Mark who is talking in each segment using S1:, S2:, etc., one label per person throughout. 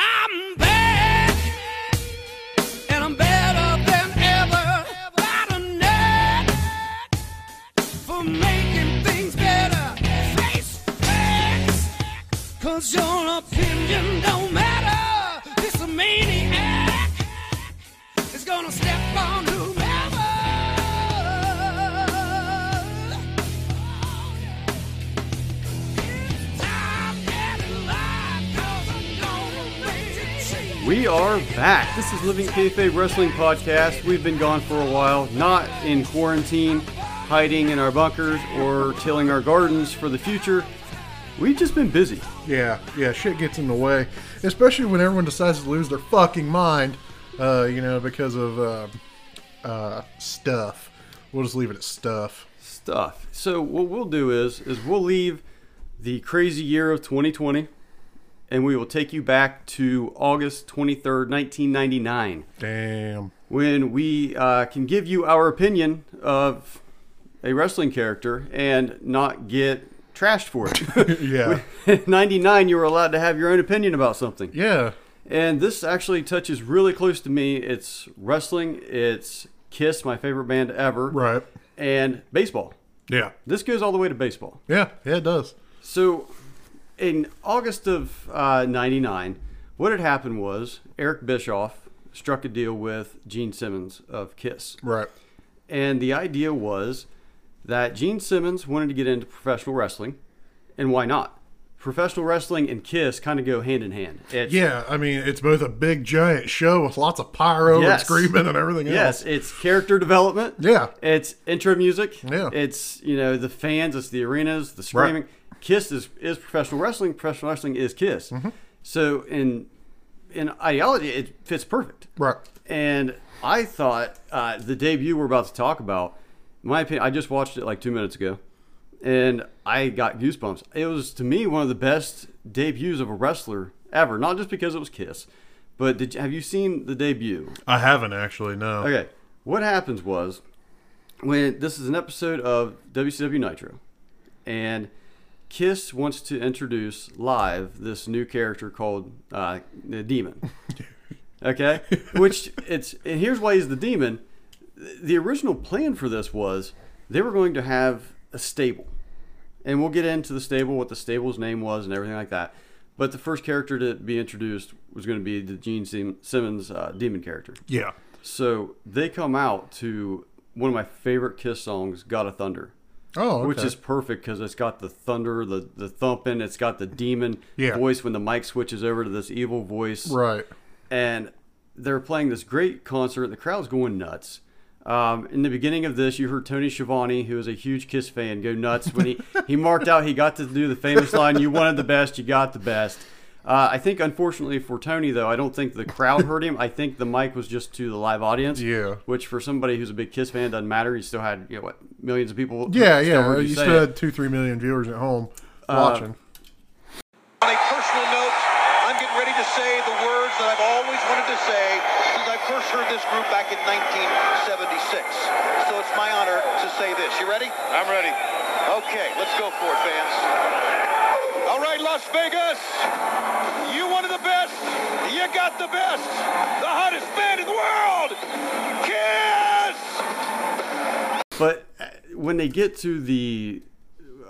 S1: I'm bad, and I'm better than ever. Got a knack for making things better. Face facts, 'cause your opinion don't matter. This maniac is gonna step on whomever.
S2: We are back. This is Living Kayfabe Wrestling Podcast. We've been gone for a while, not in quarantine, hiding in our bunkers, or tilling our gardens for the future. We've just been busy.
S3: Yeah, yeah, shit gets in the way, especially when everyone decides to lose their fucking mind, uh, you know, because of uh, uh, stuff. We'll just leave it at stuff.
S2: stuff. So what we'll do is is we'll leave the crazy year of 2020 and we will take you back to August 23rd, 1999
S3: Damn.
S2: when we uh, can give you our opinion of a wrestling character and not get trashed for it.
S3: Yeah,
S2: In 99 you were allowed to have your own opinion about something.
S3: yeah,
S2: And this actually touches really close to me. It's wrestling, it's Kiss, my favorite band ever,
S3: right.
S2: and baseball.
S3: Yeah,
S2: This goes all the way to baseball.
S3: yeah, yeah. It does.
S2: So, in August of uh, '99, what had happened was Eric Bischoff struck a deal with Gene Simmons of Kiss,
S3: Right.
S2: and the idea was that Gene Simmons wanted to get into professional wrestling, and why not? Professional wrestling and Kiss kind of go hand in hand. It's,
S3: Yeah, I mean, it's both a big giant show with lots of pyro
S2: Yes.
S3: and screaming and everything
S2: Yes,
S3: else.
S2: it's character development.
S3: Yeah.
S2: It's intro music.
S3: Yeah.
S2: It's, you know, the fans, it's the arenas, the screaming. Kiss is, is professional wrestling. Professional wrestling is Kiss.
S3: Mm-hmm.
S2: So in in ideology, it fits perfect.
S3: Right.
S2: And I thought uh, the debut we're about to talk about, in my opinion, I just watched it like two minutes ago, and I got goosebumps. It was to me one of the best debuts of a wrestler ever. Not just because it was Kiss, but did you, have you seen the debut?
S3: I haven't actually. No.
S2: Okay. What happens was when this is an episode of WCW Nitro, and Kiss wants to introduce live this new character called uh, the Demon. Okay, which it's and here's why he's the Demon. The original plan for this was they were going to have a stable, and we'll get into the stable, what the stable's name was, and everything like that. But the first character to be introduced was going to be the Gene Sim- Simmons uh, demon character.
S3: Yeah.
S2: So they come out to one of my favorite Kiss songs, "God of Thunder,"
S3: Oh, okay.
S2: which is perfect because it's got the thunder, the the thumping, it's got the demon
S3: Yeah.
S2: voice when the mic switches over to this evil voice,
S3: right.
S2: and they're playing this great concert. The crowd's going nuts. Um, in the beginning of this, you heard Tony Schiavone, who is a huge Kiss fan, go nuts when he, he marked out. He got to do the famous line, "You wanted the best, you got the best." Uh, I think, unfortunately for Tony, though, I don't think the crowd heard him. I think the mic was just to the live audience.
S3: Yeah.
S2: Which for somebody who's a big Kiss fan doesn't matter. He still had you know what millions of people.
S3: Yeah,
S2: still
S3: yeah.
S2: heard
S3: You
S2: say Uh,
S3: still
S2: it.
S3: had two, three million viewers at home watching.
S4: On a personal note, I'm getting ready to say the words that I've always wanted to say since I first heard this group back in 1976. So it's my honor to say this. You ready? I'm ready. Okay, let's go for it, fans. All right, Las Vegas, you wanted the best. You got the best. The hottest band in the world, Kiss!
S2: But uh, when they get to the,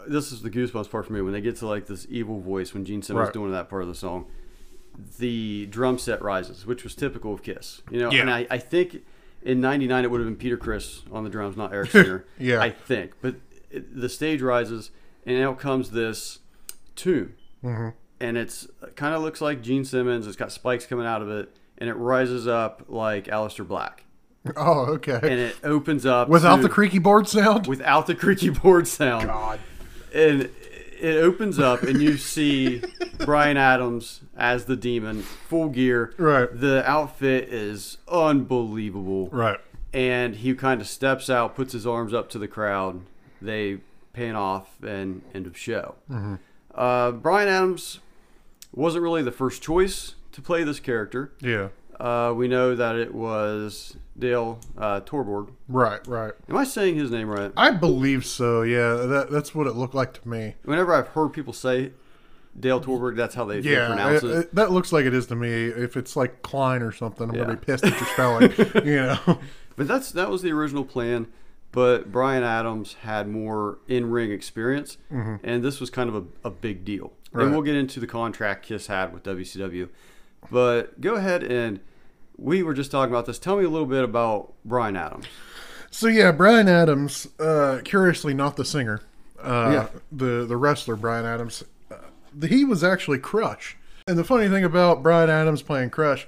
S2: this is the goosebumps part for me. When they get to like this evil voice, when Gene Simmons
S3: Right.
S2: doing that part of the song, the drum set rises, which was typical of Kiss. You know,
S3: Yeah.
S2: and I, I think in '99 it would have been Peter Chris on the drums, not Eric Singer.
S3: Yeah.
S2: I think. But it, the stage rises, and out comes this tune,
S3: Mm-hmm.
S2: and it's kind of looks like Gene Simmons. It's got spikes coming out of it, and it rises up like Aleister Black,
S3: Oh, okay.
S2: and it opens up
S3: Without
S2: to-
S3: the creaky board sound?
S2: without the creaky board sound. And it opens up, and you see Brian Adams as the demon, full gear.
S3: Right.
S2: The outfit is unbelievable.
S3: Right.
S2: And he kind of steps out, puts his arms up to the crowd. They pan off, and end of show.
S3: Mm-hmm.
S2: Uh, Brian Adams wasn't really the first choice to play this character.
S3: Yeah.
S2: Uh, we know that it was Dale uh, Torborg.
S3: Right, right.
S2: Am I saying his name right?
S3: I believe so. Yeah, that, that's what it looked like to me.
S2: whenever I've heard people say Dale Torberg. That's how they, they
S3: Mm-hmm. Yeah, uh,
S2: pronounce
S3: it,
S2: it.
S3: it- that looks like it is to me. If it's like Klein or something, I'm
S2: Yeah.
S3: gonna be pissed at your spelling. you know,
S2: But that's that was the original plan. But Brian Adams had more in ring experience, and this was kind of a, a big deal.
S3: Mm-hmm. Right.
S2: And we'll get into the contract Kiss had with WCW. But go ahead and we were just talking about this. Tell me a little bit about Brian Adams.
S3: So yeah, Brian Adams, uh, curiously not the singer, uh,
S2: Yeah.
S3: the the wrestler Brian Adams, uh, he was actually Crush. And the funny thing about Brian Adams playing Crush,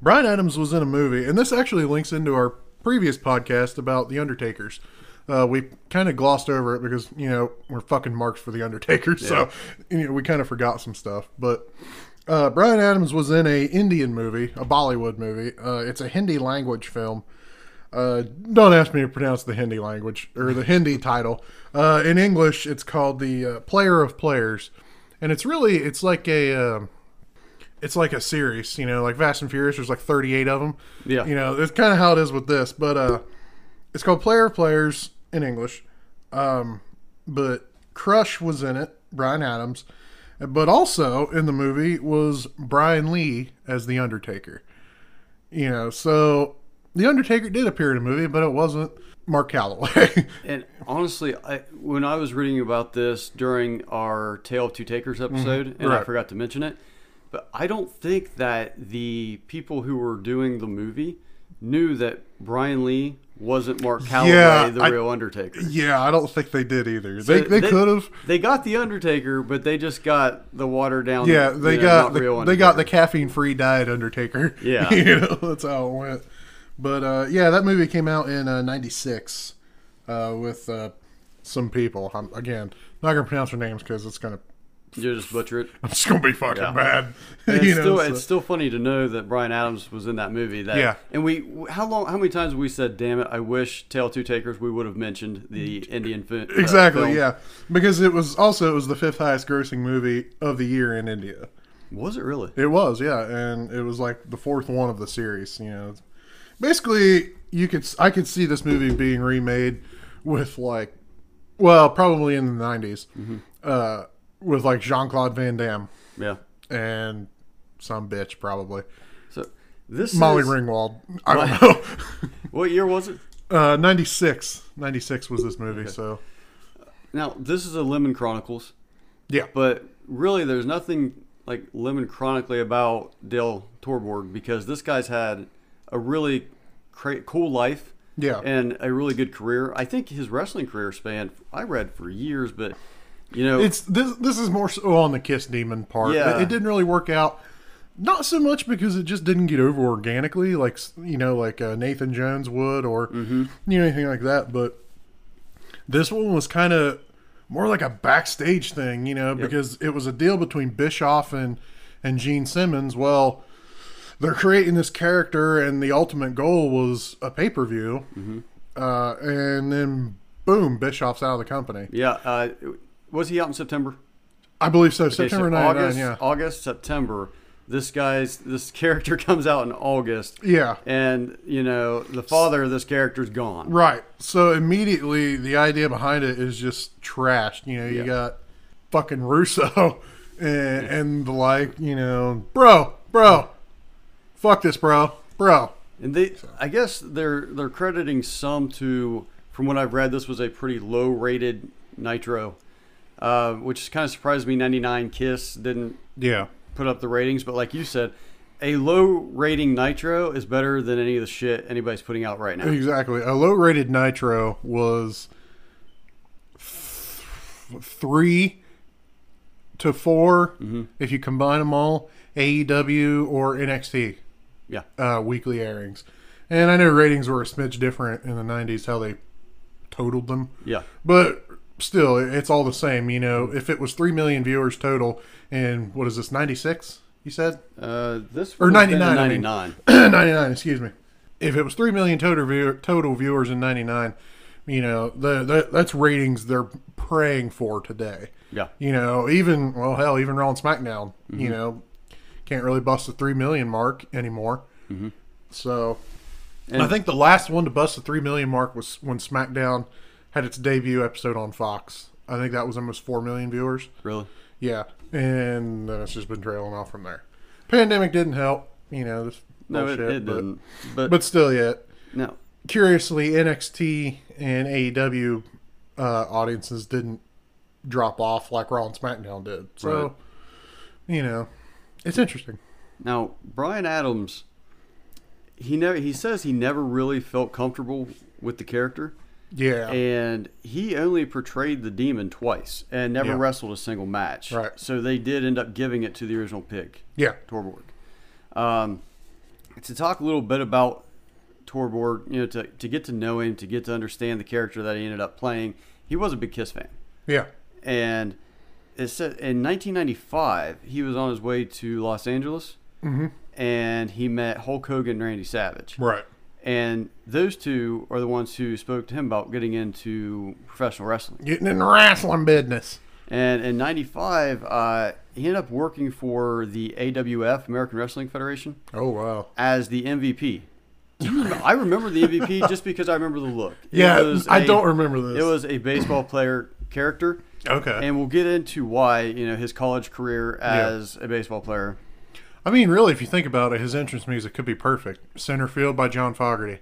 S3: Brian Adams was in a movie, and this actually links into our previous podcast about the Undertakers. Uh, we kind of glossed over it because you know we're fucking marks for the Undertakers, so you know we kind of forgot some stuff. But uh, Brian Adams was in a Indian movie, a Bollywood movie. Uh, it's a Hindi language film. Uh, don't ask me to pronounce the Hindi language or the Hindi title. Uh, in English, it's called the uh, Player of Players, and it's really it's like a um it's like a series, you know, like Fast and Furious. There's like 38 of them.
S2: Yeah.
S3: you know, it's kind of how it is with this, but uh, it's called Player of Players in English. Um, but Crush was in it, Brian Adams, but also in the movie was Brian Lee as the Undertaker. You know, so The Undertaker did appear in a movie, but it wasn't Mark Calloway.
S2: And honestly, I, when I was reading about this during our Tale of Two Takers episode, and I
S3: Mm-hmm. Right.
S2: forgot to mention it, but I don't think that the people who were doing the movie knew that Brian Lee wasn't Mark Calloway,
S3: Yeah,
S2: the
S3: I-
S2: real Undertaker.
S3: yeah, I don't think they did either. they they, could have.
S2: They got the Undertaker, but they just got the watered down.
S3: Yeah,
S2: you
S3: they
S2: know,
S3: got
S2: not
S3: the,
S2: real
S3: they got the
S2: Undertaker.
S3: caffeine free diet Undertaker.
S2: Yeah.
S3: you know that's how it went. But uh, yeah, that movie came out in uh, '96 uh, with uh, some people. I'm, again, not gonna pronounce their names because it's gonna
S2: You just butcher it.
S3: it's gonna be fucking
S2: Yeah.
S3: bad.
S2: And It's,
S3: you know,
S2: still,
S3: so-
S2: it's still funny to know that Brian Adams was in that movie. That,
S3: Yeah.
S2: And we, how long, how many times have we said, "Damn it, I wish Tale Two Takers we would have mentioned the Indian fi- uh, film."
S3: exactly yeah because it was also it was the fifth highest grossing movie of the year in India.
S2: Was it really?
S3: It was, yeah, and it was like the fourth one of the series. You know, basically, you could I could see this movie being remade with like, well, probably in the 90s
S2: Mm-hmm.
S3: uh, with like Jean Claude Van Damme
S2: Yeah.
S3: and some bitch probably
S2: So this
S3: Molly
S2: is,
S3: Ringwald. I don't
S2: What year was it?
S3: know. uh, 96. 96 was this movie, so
S2: Now this is a Lemon Chronicles,
S3: yeah,
S2: but really there's nothing like Lemon chronically about Dale Torborg because this guy's had a really cra- cool life.
S3: Yeah.
S2: And a really good career. I think his wrestling career spanned I read for years, but you know
S3: it's this. This is more so on the Kiss Demon part.
S2: Yeah.
S3: It, it didn't really work out. Not so much because it just didn't get over organically, like s- you know, like uh, Nathan Jones would, or you know, anything like that. But this one was kind of more like a backstage thing, you know, because it was a deal between Bischoff and and Gene Simmons. Well, they're creating this character, and the ultimate goal was a pay per view, uh, and then boom, Bischoff's out of the company.
S2: yeah, uh, was he out in September?
S3: I believe so.
S2: Okay, so
S3: September 99,
S2: August,
S3: yeah.
S2: August, September. This guy's this character comes out in August.
S3: Yeah.
S2: And you know, the father of this character's gone.
S3: Right. So immediately the idea behind it is just trashed. You know, you
S2: Yeah.
S3: got fucking Russo and, and the like, you know, bro, bro, fuck this, bro, bro.
S2: And they I guess they're they're crediting some to from what I've read this was a pretty low rated Nitro. Uh, which kind of surprised me 99 Kiss didn't
S3: Yeah.
S2: put up the ratings, but like you said, a low rating Nitro is better than any of the shit anybody's putting out right now.
S3: Exactly. A low rated Nitro was th- three to 4
S2: Mm-hmm.
S3: if you combine them all, AEW or NXT.
S2: Yeah.
S3: uh, weekly airings. And I know ratings were a smidge different in the 90s, how they totaled them.
S2: Yeah.
S3: But still, it- it's all the same. You know, if it was 3 million viewers total and what is this, 96, you said?
S2: Uh, this
S3: Or
S2: would have been in
S3: 99, I mean.
S2: 99.
S3: 99, excuse me. If it was 3 million total, viewer, total viewers in 99, you know, the, the, that's ratings they're praying for today.
S2: Yeah. Mm-hmm.
S3: You know, even, well, hell, even Raw and SmackDown, you know, can't really bust the 3 million mark anymore. Mm-hmm. So
S2: And-
S3: I think the last one to bust the three million mark was when SmackDown had its debut episode on Fox. I think that was almost four million viewers.
S2: Really?
S3: Yeah, and then it's just been trailing off from there. Pandemic didn't help, you know. This
S2: No,
S3: bullshit,
S2: it, it
S3: but,
S2: didn't. But,
S3: But still, yet
S2: no,
S3: curiously, NXT and AEW uh, audiences didn't drop off like Raw and SmackDown did. So,
S2: Right.
S3: you know, it's interesting.
S2: Now, Brian Adams, he never he says he never really felt comfortable with the character,
S3: Yeah,
S2: and he only portrayed the demon twice and never
S3: Yeah.
S2: wrestled a single match.
S3: Right.
S2: So they did end up giving it to the original pick,
S3: yeah,
S2: Torborg. Um, to talk a little bit about Torborg, you know, to, to get to know him, to get to understand the character that he ended up playing, he was a big Kiss fan
S3: yeah,
S2: and it said in 1995 he was on his way to Los Angeles, and he met Hulk Hogan and Randy Savage,
S3: Mm-hmm. right.
S2: and those two are the ones who spoke to him about getting into professional wrestling.
S3: Getting in the wrestling business.
S2: And in '95, uh, he ended up working for the AWF American Wrestling Federation
S3: Oh wow.
S2: as the MVP. Do you remember- I remember the MVP just because I remember the look. It
S3: Yeah,
S2: was
S3: I
S2: a-
S3: don't remember this.
S2: It was a baseball player character.
S3: Okay.
S2: And we'll get into why, you know, his college career as a baseball player.
S3: I mean, really, if you think about it, his entrance music could be perfect. Center field by John Fogerty.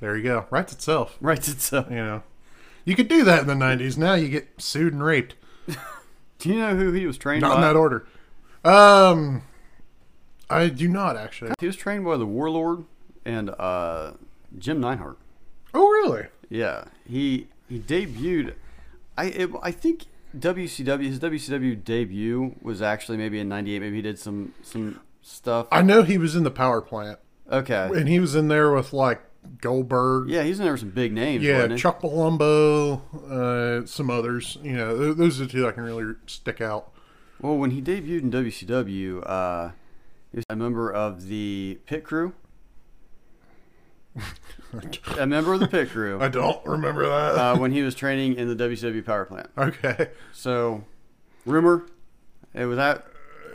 S3: There you go. Writes itself.
S2: Right. So,
S3: You know, you could do that in the '90s. Now you get sued and raped.
S2: do you know who he was trained
S3: Not
S2: by?
S3: in that order. Um, I do not actually.
S2: He was trained by the Warlord and uh, Jim Neinhart.
S3: Oh, really?
S2: Yeah. He he debuted. I it, I think WCW his WCW debut was actually maybe in '98. Maybe he did some some stuff.
S3: I know he was in the power plant,
S2: Okay.
S3: and he was in there with like Goldberg.
S2: Yeah, he's in there with some big names.
S3: Yeah,
S2: wasn't he?
S3: Chuck Palumbo, uh, some others. You know, th- those are the two that can really stick out.
S2: Well, when he debuted in WCW, uh, he was a member of the pit crew. a member of the pit crew
S3: I don't remember that.
S2: uh, when he was training in the WCW power plant.
S3: okay.
S2: So, rumor, it was that.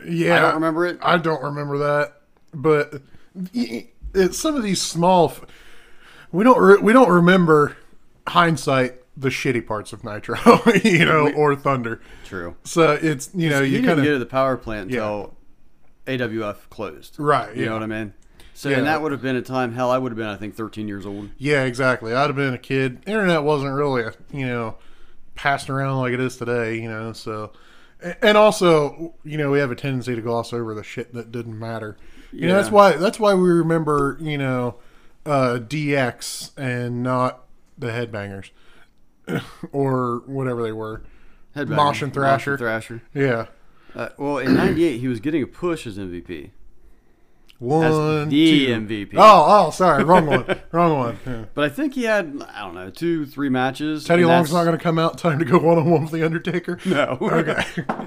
S3: Yeah,
S2: I don't remember it.
S3: I don't remember that, but it's some of these small. f- We don't re- we don't remember hindsight the shitty parts of Nitro, you know, or Thunder.
S2: True.
S3: So it's you know
S2: He
S3: you
S2: didn't
S3: kind
S2: get to
S3: of
S2: the power plant until AWF closed.
S3: Right,
S2: You
S3: yeah.
S2: know what I mean? So,
S3: Yeah.
S2: and that would have been a time, hell, I would have been, I think, 13 years old.
S3: yeah exactly. I'd have been a kid. Internet wasn't really a, you know passed around like it is today, you know. So a- and also you know we have a tendency to gloss over the shit that didn't matter. You know that's
S2: Yeah.
S3: why that's why we remember you know uh, DX and not the headbangers or whatever they were.
S2: Headbanger.
S3: Mosh and Thrasher.
S2: Thrasher.
S3: Yeah,
S2: Uh, well, in 98, he was getting a push as MVP.
S3: one
S2: the
S3: two.
S2: MVP.
S3: Oh oh sorry wrong one wrong one. Yeah.
S2: But I think he had I don't know two three matches.
S3: Teddy
S2: and
S3: Long's not
S2: that's-
S3: going to come out in time to go one on one with the Undertaker.
S2: No.
S3: Okay.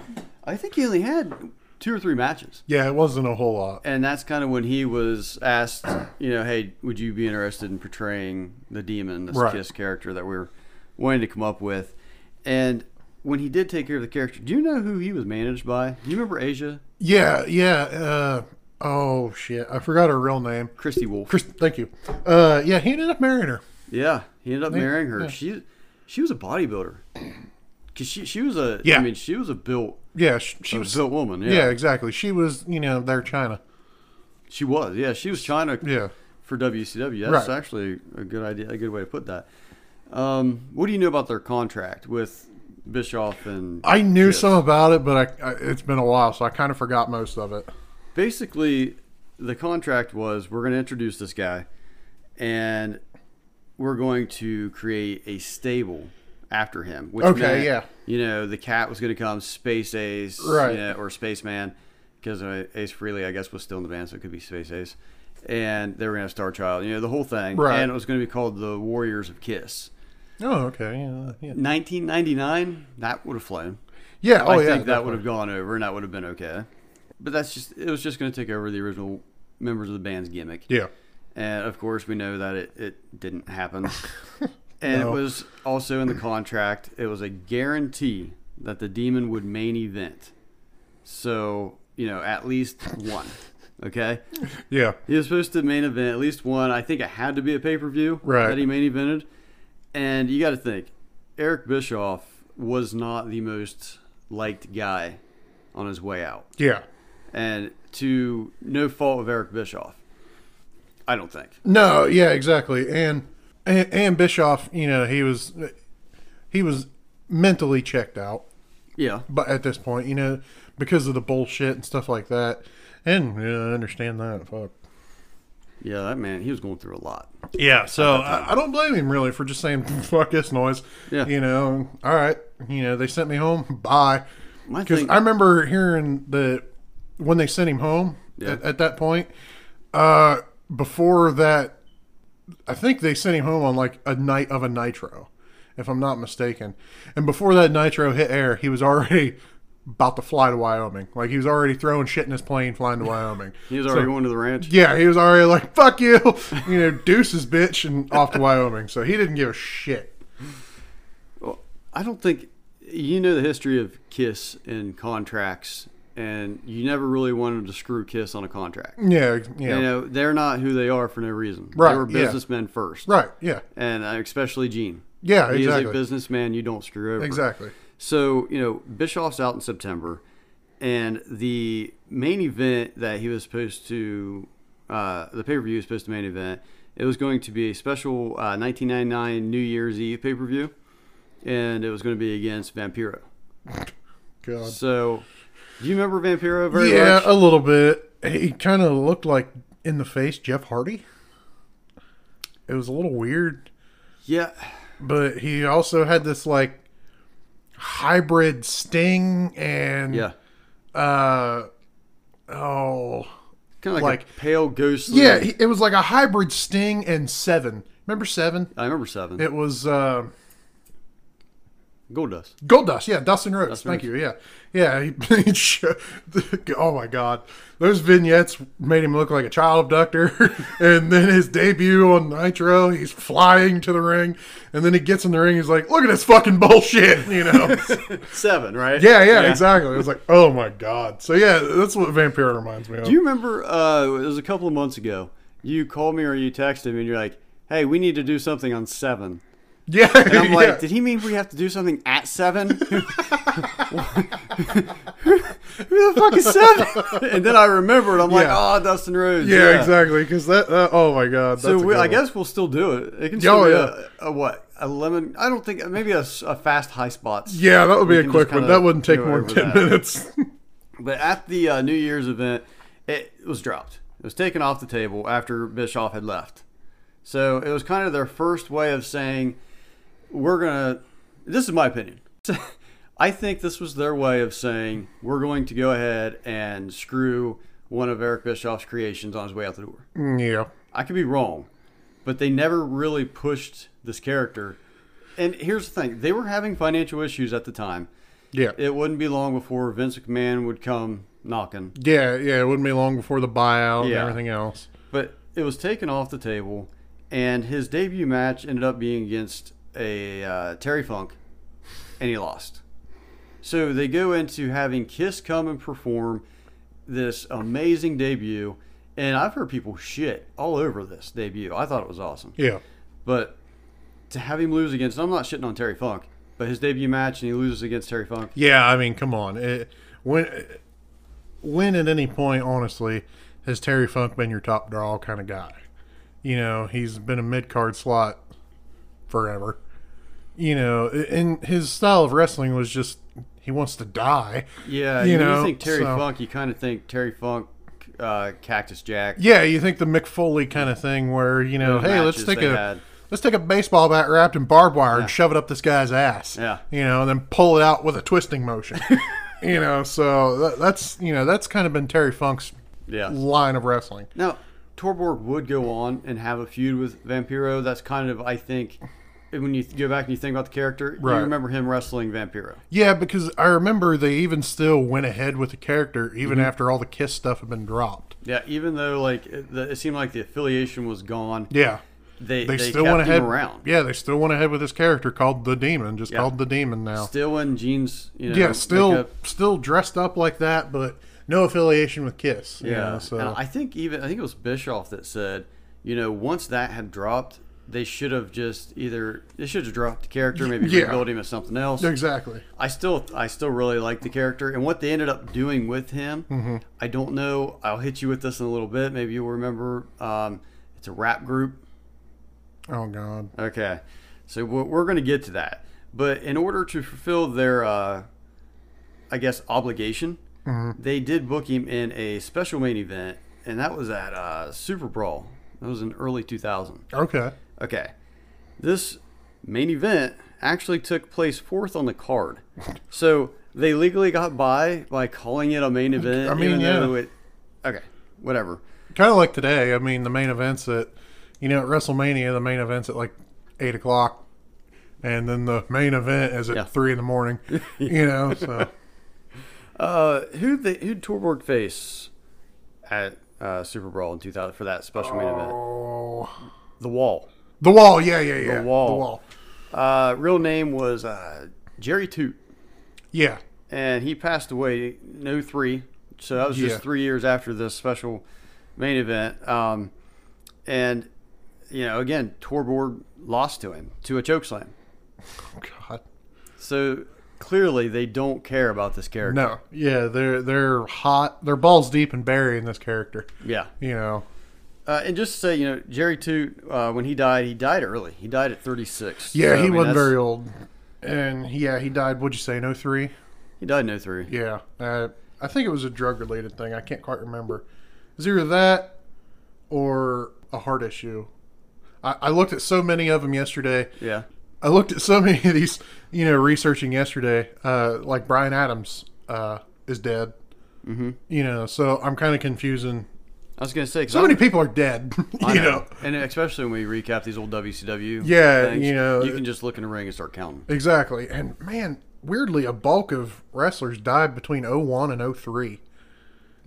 S2: I think he only had two or three matches,
S3: yeah, it wasn't a whole lot.
S2: and that's kind of when he was asked, you know, hey, would you be interested in portraying the demon, this
S3: Right.
S2: Kiss character that we are wanting to come up with? And when he did take care of the character, do you know who he was managed by? Do you remember Asia
S3: Yeah, yeah. Uh, oh shit, I forgot her real name.
S2: Christy Wolf?
S3: Chris, thank you. Uh, yeah, he ended up marrying her.
S2: yeah, he ended up marrying her.
S3: yeah.
S2: She she was a bodybuilder. Cause she she was a I
S3: Yeah.
S2: mean she was a built
S3: Yeah, she, she
S2: a
S3: was.
S2: built woman
S3: yeah. exactly. She was, you know, their China.
S2: She was, yeah. She was China
S3: Yeah.
S2: for WCW. That's
S3: Right.
S2: actually a good idea, a good way to put that. Um, what do you know about their contract with Bischoff and?
S3: I knew
S2: Yes.
S3: some about it, but I, I, it's been a while, so I kind of forgot most of it.
S2: Basically, the contract was we're going to introduce this guy, and we're going to create a stable after him. Which
S3: Okay,
S2: meant,
S3: yeah.
S2: You know, the cat was going to come, Space Ace, you
S3: Right.
S2: know, or Spaceman, because uh, Ace Freely, I guess, was still in the band, so it could be Space Ace. And they were going to have Star Child, you know, the whole thing.
S3: Right.
S2: And it was going to be called the Warriors of Kiss.
S3: Oh, okay. Yeah. Yeah.
S2: 1999, that would have flown.
S3: yeah oh,
S2: I
S3: yeah.
S2: think that would
S3: definitely.
S2: have gone over and that would have been okay. But that's just, it was just going to take over the original members of the band's gimmick.
S3: Yeah.
S2: And of course, we know that it, it didn't happen. and
S3: No.
S2: it was also in the contract, it was a guarantee that the demon would main event. So, you know, at least one. Okay?
S3: Yeah.
S2: He was supposed to main event at least one. I think it had to be a pay per view
S3: Right.
S2: that he main evented. And you got to think, Eric Bischoff was not the most liked guy on his way out,
S3: Yeah.
S2: and to no fault of Eric Bischoff, I don't think.
S3: No, yeah, exactly. And, and and Bischoff, you know, he was he was mentally checked out,
S2: Yeah,
S3: but at this point, you know, because of the bullshit and stuff like that. And yeah, I understand that. Fuck.
S2: yeah, that man, he was going through a lot.
S3: Yeah, so I, I don't blame him really for just saying fuck this noise.
S2: Yeah.
S3: You know, all right. You know, they sent me home. Bye.
S2: My
S3: Because
S2: thing-
S3: I remember hearing that when they sent him home
S2: Yeah.
S3: at, at that point. Uh, before that, I think they sent him home on like a night of a nitro, if I'm not mistaken. And before that nitro hit air, he was already about to fly to Wyoming. Like he was already throwing shit in his plane flying to Wyoming.
S2: He was
S3: So-
S2: already going to the ranch.
S3: yeah, he was already like, fuck you, you know, deuces, bitch, and off to Wyoming. So he didn't give a shit.
S2: I don't think you know the history of Kiss and contracts, and you never really wanted to screw Kiss on a contract.
S3: Yeah, yeah.
S2: You know, they're not who they are for no reason.
S3: Right,
S2: They were
S3: yeah.
S2: businessmen first.
S3: Right, yeah.
S2: And uh, especially Gene.
S3: Yeah,
S2: He is a
S3: exactly.
S2: businessman you don't screw over.
S3: Exactly.
S2: So, you know, Bischoff's out in September, and the main event that he was supposed to, uh, the pay per view was supposed to main event, it was going to be a special uh, 1999 New Year's Eve pay per view, and it was going to be against Vampiro.
S3: God.
S2: So, do you remember Vampiro very
S3: Yeah, uh,
S2: much?
S3: a little bit. He kind of looked like in the face Jeff Hardy. It was a little weird,
S2: Yeah.
S3: but he also had this like hybrid sting and
S2: Yeah.
S3: uh oh
S2: Kind of like,
S3: Like-
S2: a pale ghostly.
S3: yeah he, it was like a hybrid sting and seven remember seven
S2: I remember seven.
S3: it was uh
S2: Gold Dust.
S3: Gold Dust, yeah, Dustin Rhodes.
S2: Dustin
S3: thank
S2: Rhodes.
S3: you, yeah, yeah. He, he sho- oh my God, those vignettes made him look like a child abductor. and then his debut on Nitro, he's flying to the ring, and then he gets in the ring. He's like, "Look at this fucking bullshit," you know.
S2: Seven, right?
S3: yeah, yeah, exactly. It was like, oh my God. So yeah, that's what Vampiro reminds me of.
S2: Do you remember? Uh, it was a couple of months ago. You called me or you texted me, and you're like, "Hey, we need to do something on seven.
S3: yeah,
S2: And I'm
S3: yeah.
S2: like, "Did he mean we have to do something at seven? Who the fuck is seven? And then I remembered. I'm like,
S3: Yeah.
S2: "Oh, Dustin Rhodes.
S3: yeah, exactly. Because that, that, oh my God.
S2: So
S3: that's a
S2: we,
S3: good
S2: I
S3: one.
S2: guess we'll still do it. It can still
S3: Oh,
S2: be
S3: yeah.
S2: a, a what? A lemon? I don't think maybe a, s- a fast high spots.
S3: Yeah, that would be
S2: We
S3: a
S2: can just
S3: quick one.
S2: kinda
S3: That wouldn't take
S2: go
S3: more than
S2: over
S3: ten
S2: that.
S3: minutes.
S2: But at the uh, New Year's event, it was dropped. It was taken off the table after Bischoff had left. So it was kind of their first way of saying, we're going to, this is my opinion. I think this was their way of saying, we're going to go ahead and screw one of Eric Bischoff's creations on his way out the door.
S3: yeah.
S2: I could be wrong, but they never really pushed this character. And here's the thing they were having financial issues at the time
S3: Yeah.
S2: it wouldn't be long before Vince McMahon would come knocking.
S3: Yeah, yeah, it wouldn't be long before the buyout and
S2: Yeah.
S3: everything else.
S2: But it was taken off the table, and his debut match ended up being against a uh, Terry Funk, and he lost. So they go into having Kiss come and perform this amazing debut, and I've heard people shit all over this debut. I thought it was awesome.
S3: Yeah.
S2: But to have him lose against, I'm not shitting on Terry Funk, but his debut match and he loses against Terry Funk.
S3: Yeah, I mean, come on. It, when when at any point, honestly, has Terry Funk been your top draw kind of guy? You know, he's been a mid card slot forever. You know, and his style of wrestling was just he wants to die.
S2: Yeah,
S3: you
S2: you,
S3: know,
S2: think Terry
S3: so-
S2: Funk, you kind of think Terry Funk, uh, Cactus Jack.
S3: Yeah, you think the Mick Foley kind of thing where you know,
S2: Those
S3: hey, let's
S2: matches
S3: take
S2: they
S3: a
S2: had.
S3: let's take a baseball bat wrapped in barbed wire and shove it up this guy's ass.
S2: Yeah.
S3: you know, and then pull it out with a twisting motion. you know, so that, that's you know that's kind of been Terry Funk's
S2: Yeah.
S3: line of wrestling.
S2: Now, Torborg would go on and have a feud with Vampiro. That's kind of, I think, when you go back and you think about the character,
S3: Right.
S2: you remember him wrestling Vampiro.
S3: Yeah, because I remember they even still went ahead with the character even
S2: Mm-hmm.
S3: after all the Kiss stuff had been dropped.
S2: Yeah, even though like it, the, it seemed like the affiliation was gone,
S3: Yeah.
S2: they
S3: They,
S2: they,
S3: still
S2: kept
S3: went ahead.
S2: him around.
S3: Yeah, they still went ahead with this character called the Demon, just called the Demon now.
S2: Still in jeans, you know.
S3: yeah, still
S2: makeup.
S3: still dressed up like that, but no affiliation with Kiss. you
S2: Yeah.
S3: know, so
S2: And I think even I think it was Bischoff that said, you know, once that had dropped, they should have just either they should have dropped the character, maybe
S3: Yeah.
S2: rebuild him as something else.
S3: Exactly.
S2: I still I still really like the character and what they ended up doing with him.
S3: Mm-hmm.
S2: I don't know. I'll hit you with this in a little bit. Maybe you'll remember. Um, it's a rap group.
S3: Oh God.
S2: Okay, so we're, we're going to get to that. But in order to fulfill their, uh, I guess, obligation,
S3: Mm-hmm.
S2: they did book him in a special main event, and that was at uh, Super Brawl. That was in early 2000.
S3: Okay.
S2: Okay, this main event actually took place fourth on the card, so they legally got by by calling it a main event.
S3: I mean,
S2: even though
S3: yeah.
S2: it, okay, whatever.
S3: Kind of like today. I mean, the main events at, you know, at WrestleMania, the main events at like eight o'clock, and then the main event is at
S2: Yeah.
S3: three in the morning. You know, so
S2: Uh, who the who Torborg face at uh, Super Brawl in 2000 for that special main event? The Wall.
S3: the wall. Yeah, yeah, yeah.
S2: Wall.
S3: The wall.
S2: Uh, real name was uh, Jerry Toot,
S3: Yeah.
S2: and he passed away no three. So that was
S3: Yeah.
S2: just three years after this special main event. Um, and you know, again, Torborg lost to him to a choke slam.
S3: Oh, God.
S2: So clearly, they don't care about this character.
S3: No. Yeah, they're they're hot. They're balls deep and burying this character.
S2: Yeah.
S3: You know.
S2: Uh, and just to say, you know, Jerry Toot, uh, when he died, he died early. He died at 36.
S3: Yeah,
S2: So, I
S3: he
S2: mean,
S3: wasn't
S2: that's-
S3: very old, and yeah, he died. What'd you say? No three.
S2: He died in 03.
S3: Yeah, uh, I think it was a drug related thing. I can't quite remember. It was either that or a heart issue. I, I looked at so many of them yesterday.
S2: Yeah.
S3: I looked at so many of these, you know, researching yesterday. Uh, like Brian Adams uh, is dead. Mm-hmm. You know, so I'm kind of confusing.
S2: I was going to say, 'cause
S3: So
S2: I-
S3: many people are dead.
S2: I
S3: you know.
S2: And especially when we recap these old WCW.
S3: Yeah, you know,
S2: You can just look in the ring and start counting.
S3: Exactly. And man, weirdly, a bulk of wrestlers died between 01 and 03.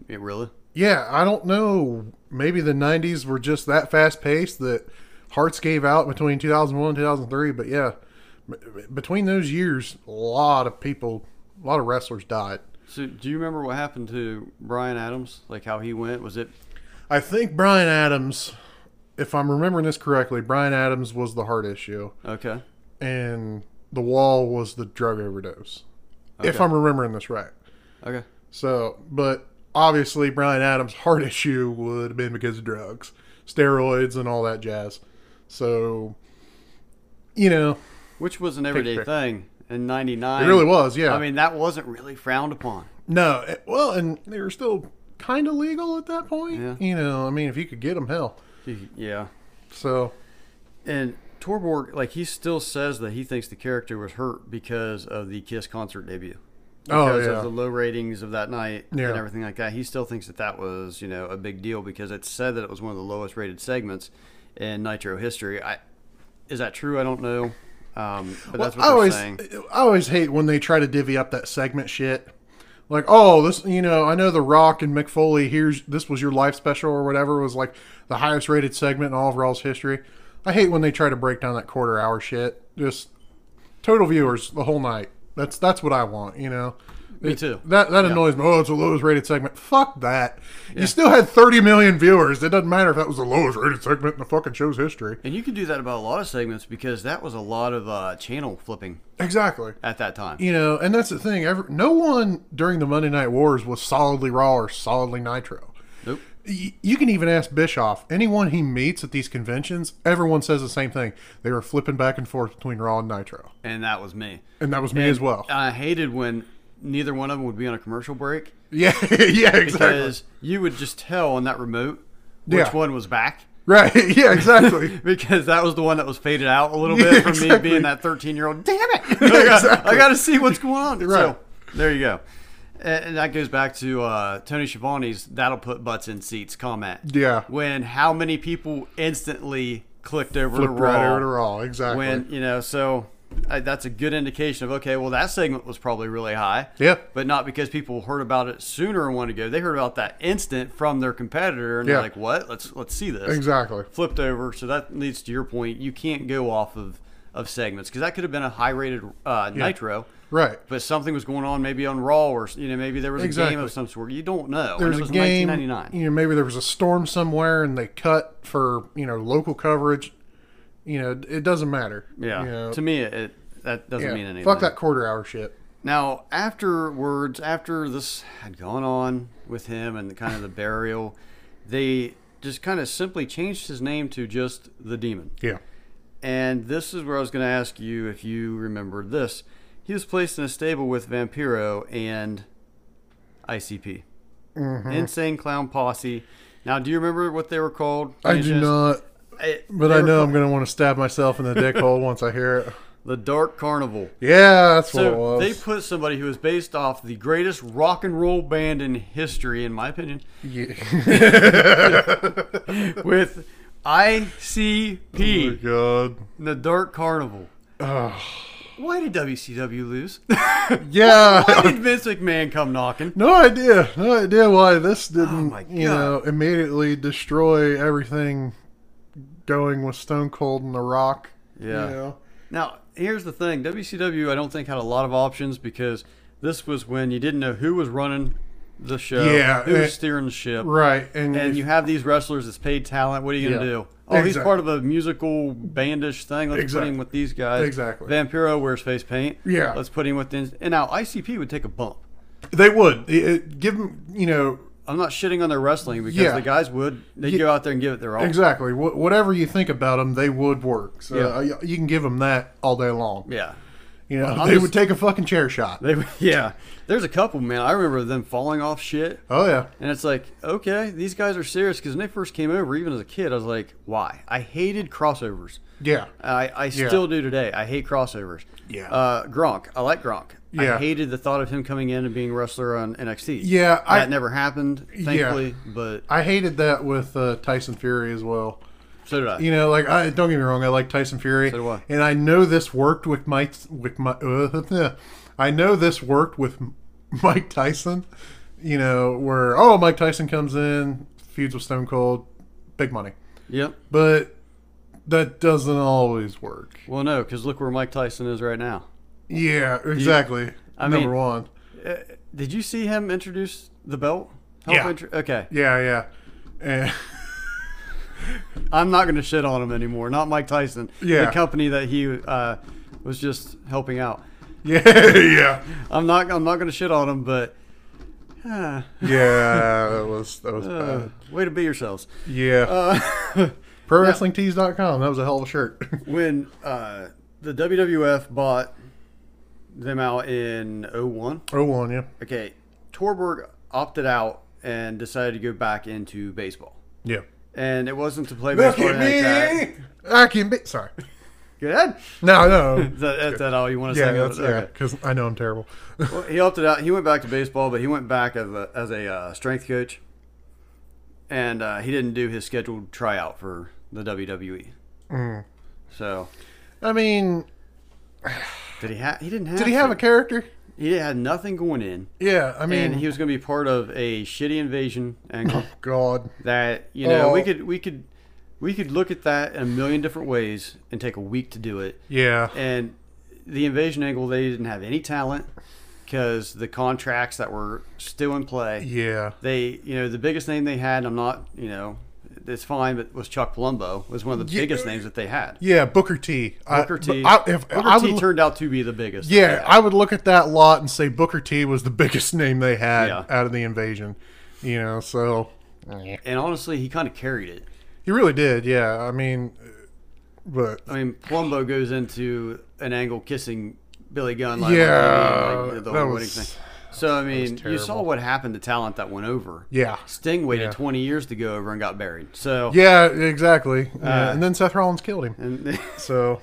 S2: It really?
S3: Yeah, I don't know. Maybe the 90s were just that fast paced that Hearts gave out between 2001 and 2003. But yeah, b- between those years, a lot of people, a lot of wrestlers died.
S2: So do you remember what happened to Brian Adams? Like how he went? Was it.
S3: I think Brian Adams, if I'm remembering this correctly, Brian Adams was the heart issue,
S2: Okay.
S3: and The Wall was the drug overdose. If
S2: Okay.
S3: I'm remembering this right.
S2: Okay.
S3: So, but obviously, Brian Adams' heart issue would have been because of drugs, steroids, and all that jazz. So, you know,
S2: Which was an everyday
S3: Picture.
S2: thing in 99.
S3: It really was, yeah.
S2: I mean, that wasn't really frowned upon.
S3: no, it- well, and they were still kind of legal at that point.
S2: Yeah.
S3: You know, I mean, if you could get them, hell.
S2: Yeah.
S3: So,
S2: And Torborg, like, he still says that he thinks the character was hurt because of the Kiss concert debut.
S3: Oh,
S2: Because
S3: yeah.
S2: of the low ratings of that night
S3: Yeah.
S2: and everything like that. He still thinks that that was, you know, a big deal because it's said that it was one of the lowest rated segments in Nitro history. I, is that true? I don't know. Um, but that's what
S3: I
S2: they're
S3: always,
S2: saying.
S3: I always hate when they try to divvy up that segment shit. Like, oh, this, you know, I know The Rock and McFoley. Here's this was your life special or whatever was like the highest rated segment in all of Raw's history. I hate when they try to break down that quarter hour shit. Just total viewers the whole night. That's that's what I want. You know.
S2: Me too.
S3: That that annoys me. Oh, it's the lowest rated segment. Fuck that. You still had 30 million viewers. It doesn't matter if that was the lowest rated segment in the fucking show's history.
S2: And you could do that about a lot of segments because that was a lot of uh, channel flipping
S3: Exactly.
S2: at that time.
S3: You know, and that's the thing. Every, no one during the Monday Night Wars was solidly Raw or solidly Nitro.
S2: Nope.
S3: Y- You can even ask Bischoff. Anyone he meets at these conventions, everyone says the same thing. They were flipping back and forth between Raw and Nitro,
S2: And that was me.
S3: and that was me as well.
S2: I hated when neither one of them would be on a commercial break
S3: yeah, yeah, exactly.
S2: because you would just tell on that remote which
S3: Yeah.
S2: one was back.
S3: Right? Yeah, exactly.
S2: because that was the one that was faded out a little bit
S3: Yeah,
S2: from me
S3: exactly.
S2: being that 13 year old. Damn it! I, got,
S3: exactly.
S2: to see what's going on.
S3: Right.
S2: So there you go. And, and that goes back to uh, Tony Schiavone's "That'll put butts in seats" comment.
S3: Yeah.
S2: When how many people instantly clicked over to
S3: Flipped
S2: Raw?
S3: right over to Raw. Exactly.
S2: When you know so. I, that's a good indication of okay. Well, that segment was probably really high.
S3: Yeah.
S2: but not because people heard about it sooner and wanted to go. They heard about that instant from their competitor, and
S3: Yeah.
S2: they're like, "What? Let's let's see this."
S3: exactly.
S2: flipped over. So that leads to your point. You can't go off of, of segments because that could have been a high rated uh, Nitro,
S3: Right.
S2: but something was going on maybe on Raw or you know maybe there was a game
S3: Exactly.
S2: of some sort. You don't know.
S3: there
S2: and it was
S3: was a game.
S2: 1999.
S3: You know, maybe there was a storm somewhere, and they cut for you know local coverage. You know, it doesn't matter.
S2: Yeah.
S3: You know,
S2: To me, it, it that doesn't
S3: yeah,
S2: mean anything.
S3: Fuck that quarter hour shit.
S2: Now, afterwards, after this had gone on with him and kind of the burial, they just kind of simply changed his name to just the demon.
S3: Yeah.
S2: And this is where I was going to ask you if you remember this. He was placed in a stable with Vampiro and ICP,
S3: Mm-hmm.
S2: Insane Clown Posse. Now, do you remember what they were called? Eh,
S3: I do not, but I know I'm going to want to stab myself in the dick hole once I hear it.
S2: the Dark Carnival.
S3: Yeah, that's what it
S2: So
S3: was.
S2: they put somebody who was based off the greatest rock and roll band in history, in my opinion,
S3: yeah.
S2: with
S3: oh my
S2: ICP,
S3: god.
S2: the Dark Carnival. Why did WCW lose? Why
S3: Yeah.
S2: did Vince McMahon come knocking?
S3: No idea. No idea why this didn't,
S2: Oh my
S3: you know, immediately destroy everything going with Stone Cold and The Rock.
S2: Yeah.
S3: You know?
S2: Now, here's the thing WCW, I don't think, had a lot of options because this was when you didn't know who was running the show,
S3: Yeah,
S2: who
S3: eh,
S2: was steering the ship.
S3: Right. And,
S2: And you have these wrestlers as paid talent. What are you going to
S3: Yeah.
S2: do? Oh, he's
S3: Exactly.
S2: part of a musical bandish thing. Let's put
S3: Exactly.
S2: him with these guys.
S3: Exactly.
S2: Vampiro wears face paint.
S3: Yeah.
S2: Let's put him with this. And now ICP would take a bump.
S3: they would. It- it- give them, you know,
S2: I'm not shitting on their wrestling because
S3: Yeah.
S2: the guys would. They
S3: Ye-
S2: would go out there and give it their all.
S3: exactly. Wh- whatever you think about them, they would work. So
S2: Yeah.
S3: uh, you- you can give them that all day long.
S2: Yeah.
S3: You know,
S2: I'm
S3: they
S2: just-
S3: would take a fucking chair shot.
S2: They would- yeah. There's a couple man. I remember them falling off shit.
S3: oh, yeah.
S2: And it's like, okay, these guys are serious because when they first came over, even as a kid, I was like, why? I hated crossovers.
S3: Yeah.
S2: I, I
S3: Yeah.
S2: still do today. I hate crossovers.
S3: Yeah.
S2: Uh, Gronk. I like Gronk.
S3: Yeah.
S2: I hated the thought of him coming in and being a wrestler on NXT.
S3: Yeah,
S2: That
S3: I-
S2: never happened, thankfully, but
S3: I hated that with uh, Tyson Fury as well.
S2: so did I.
S3: You know, like I don't get me wrong, I like Tyson Fury,
S2: So do I.
S3: and I know this worked with Mike with my. Uh, I know this worked with Mike Tyson. You know, where oh Mike Tyson comes in, feuds with Stone Cold, big money,
S2: Yep.
S3: but that doesn't always work.
S2: Well, no, because look where Mike Tyson is right now.
S3: Yeah, exactly.
S2: I
S3: Number
S2: mean-
S3: one.
S2: Did you see him introduce the belt?
S3: Yeah.
S2: intro- okay.
S3: Yeah, yeah. And
S2: I'm not going to shit on him anymore. Not Mike Tyson.
S3: Yeah.
S2: The company that he uh, was just helping out.
S3: yeah, yeah,
S2: I'm not. I'm not going to shit on him, but uh,
S3: yeah. That was that was bad.
S2: way to be yourselves.
S3: Yeah. Uh, ProWrestlingTees.com. That was a hell of a shirt.
S2: When uh, the WWF bought them out in 01,
S3: oh one, yeah.
S2: okay, Torberg opted out and decided to go back into baseball.
S3: Yeah.
S2: And it wasn't to play baseball. or anything like that.
S3: I can be. Sorry.
S2: Good.
S3: No, no.
S2: Is that, is that all you want to
S3: yeah,
S2: say?
S3: that's, yeah.
S2: Okay.
S3: Because I know I'm terrible.
S2: Well, he opted out. He went back to baseball, but he went back as a, as a uh, strength coach, and uh, he didn't do his scheduled tryout for the WWE.
S3: Mm.
S2: So
S3: I mean,
S2: did he have? He didn't have.
S3: did he have a
S2: to.
S3: character?
S2: He had nothing going in,
S3: Yeah. I mean,
S2: and he was going to be part of a shitty invasion angle
S3: God.
S2: that you know we
S3: Oh.
S2: could we could we could look at that in a million different ways and take a week to do it.
S3: Yeah.
S2: And the invasion angle, they didn't have any talent because the contracts that were still in play.
S3: Yeah.
S2: they you know the biggest name they had i'm not you know it's fine but was chuck palumbo was one of the
S3: Yeah.
S2: biggest names that they had
S3: Yeah. Booker T. I-
S2: booker t
S3: uh, I, if,
S2: booker
S3: I
S2: t
S3: would, look-
S2: turned out to be the biggest
S3: yeah, I would look at that lot and say Booker T was the biggest name they had
S2: Yeah.
S3: out of the invasion. You know, so
S2: and honestly he kind of carried it
S3: he really did. Yeah. I mean, but
S2: i mean palumbo goes into an angle kissing billy gunn like,
S3: Yeah,
S2: like, the
S3: that
S2: whole winning
S3: was-
S2: thing so i mean you saw
S3: terrible.
S2: what happened to talent that went over
S3: Yeah.
S2: sting waited
S3: Yeah.
S2: 20 years to go over and got buried so
S3: yeah, exactly. Yeah, and then Seth Rollins killed him.
S2: and,
S3: So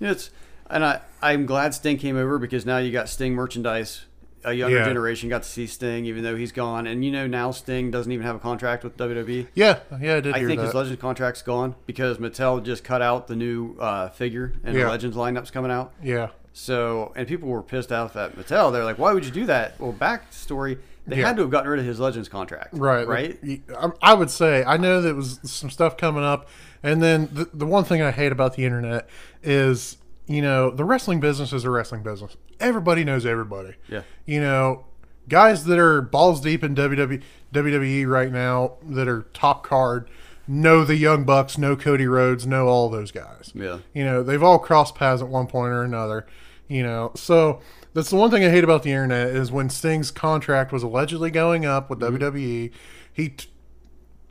S2: It's and I I'm glad Sting came over because now you got Sting merchandise. A younger
S3: Yeah.
S2: generation got to see Sting, even though he's gone. And you know now Sting doesn't even have a contract with WWE.
S3: yeah, yeah, I did.
S2: I
S3: hear
S2: think
S3: that.
S2: his Legends contract's gone because Mattel just cut out the new uh, figure and
S3: Yeah.
S2: the Legends lineup's coming out.
S3: Yeah,
S2: So and people were pissed off at Mattel. They're like, why would you do that? Well, backstory, they
S3: Yeah.
S2: had to have gotten rid of his Legends contract,
S3: right,
S2: Right.
S3: Like, I- I would say I know there was some stuff coming up, and then the, the one thing I hate about the internet is you know the wrestling business is a wrestling business. Everybody knows everybody.
S2: Yeah.
S3: You know, E, guys that are balls deep in WWE, WWE right now that are top card. know the Young Bucks, know Cody Rhodes, know all those guys.
S2: Yeah.
S3: You know, they've all crossed paths at one point or another. You know, so that's the one thing I hate about the internet is when Sting's contract was allegedly going up with WWE, he t-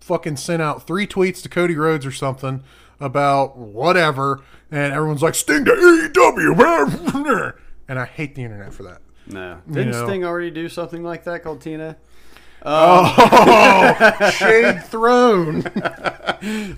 S3: fucking sent out three tweets to Cody Rhodes or something about whatever, and everyone's like, Sting to AEW. and I hate the internet for that.
S2: No. Didn't
S3: know.
S2: Sting already do something like that called Tina?
S3: Oh, Shade thrown.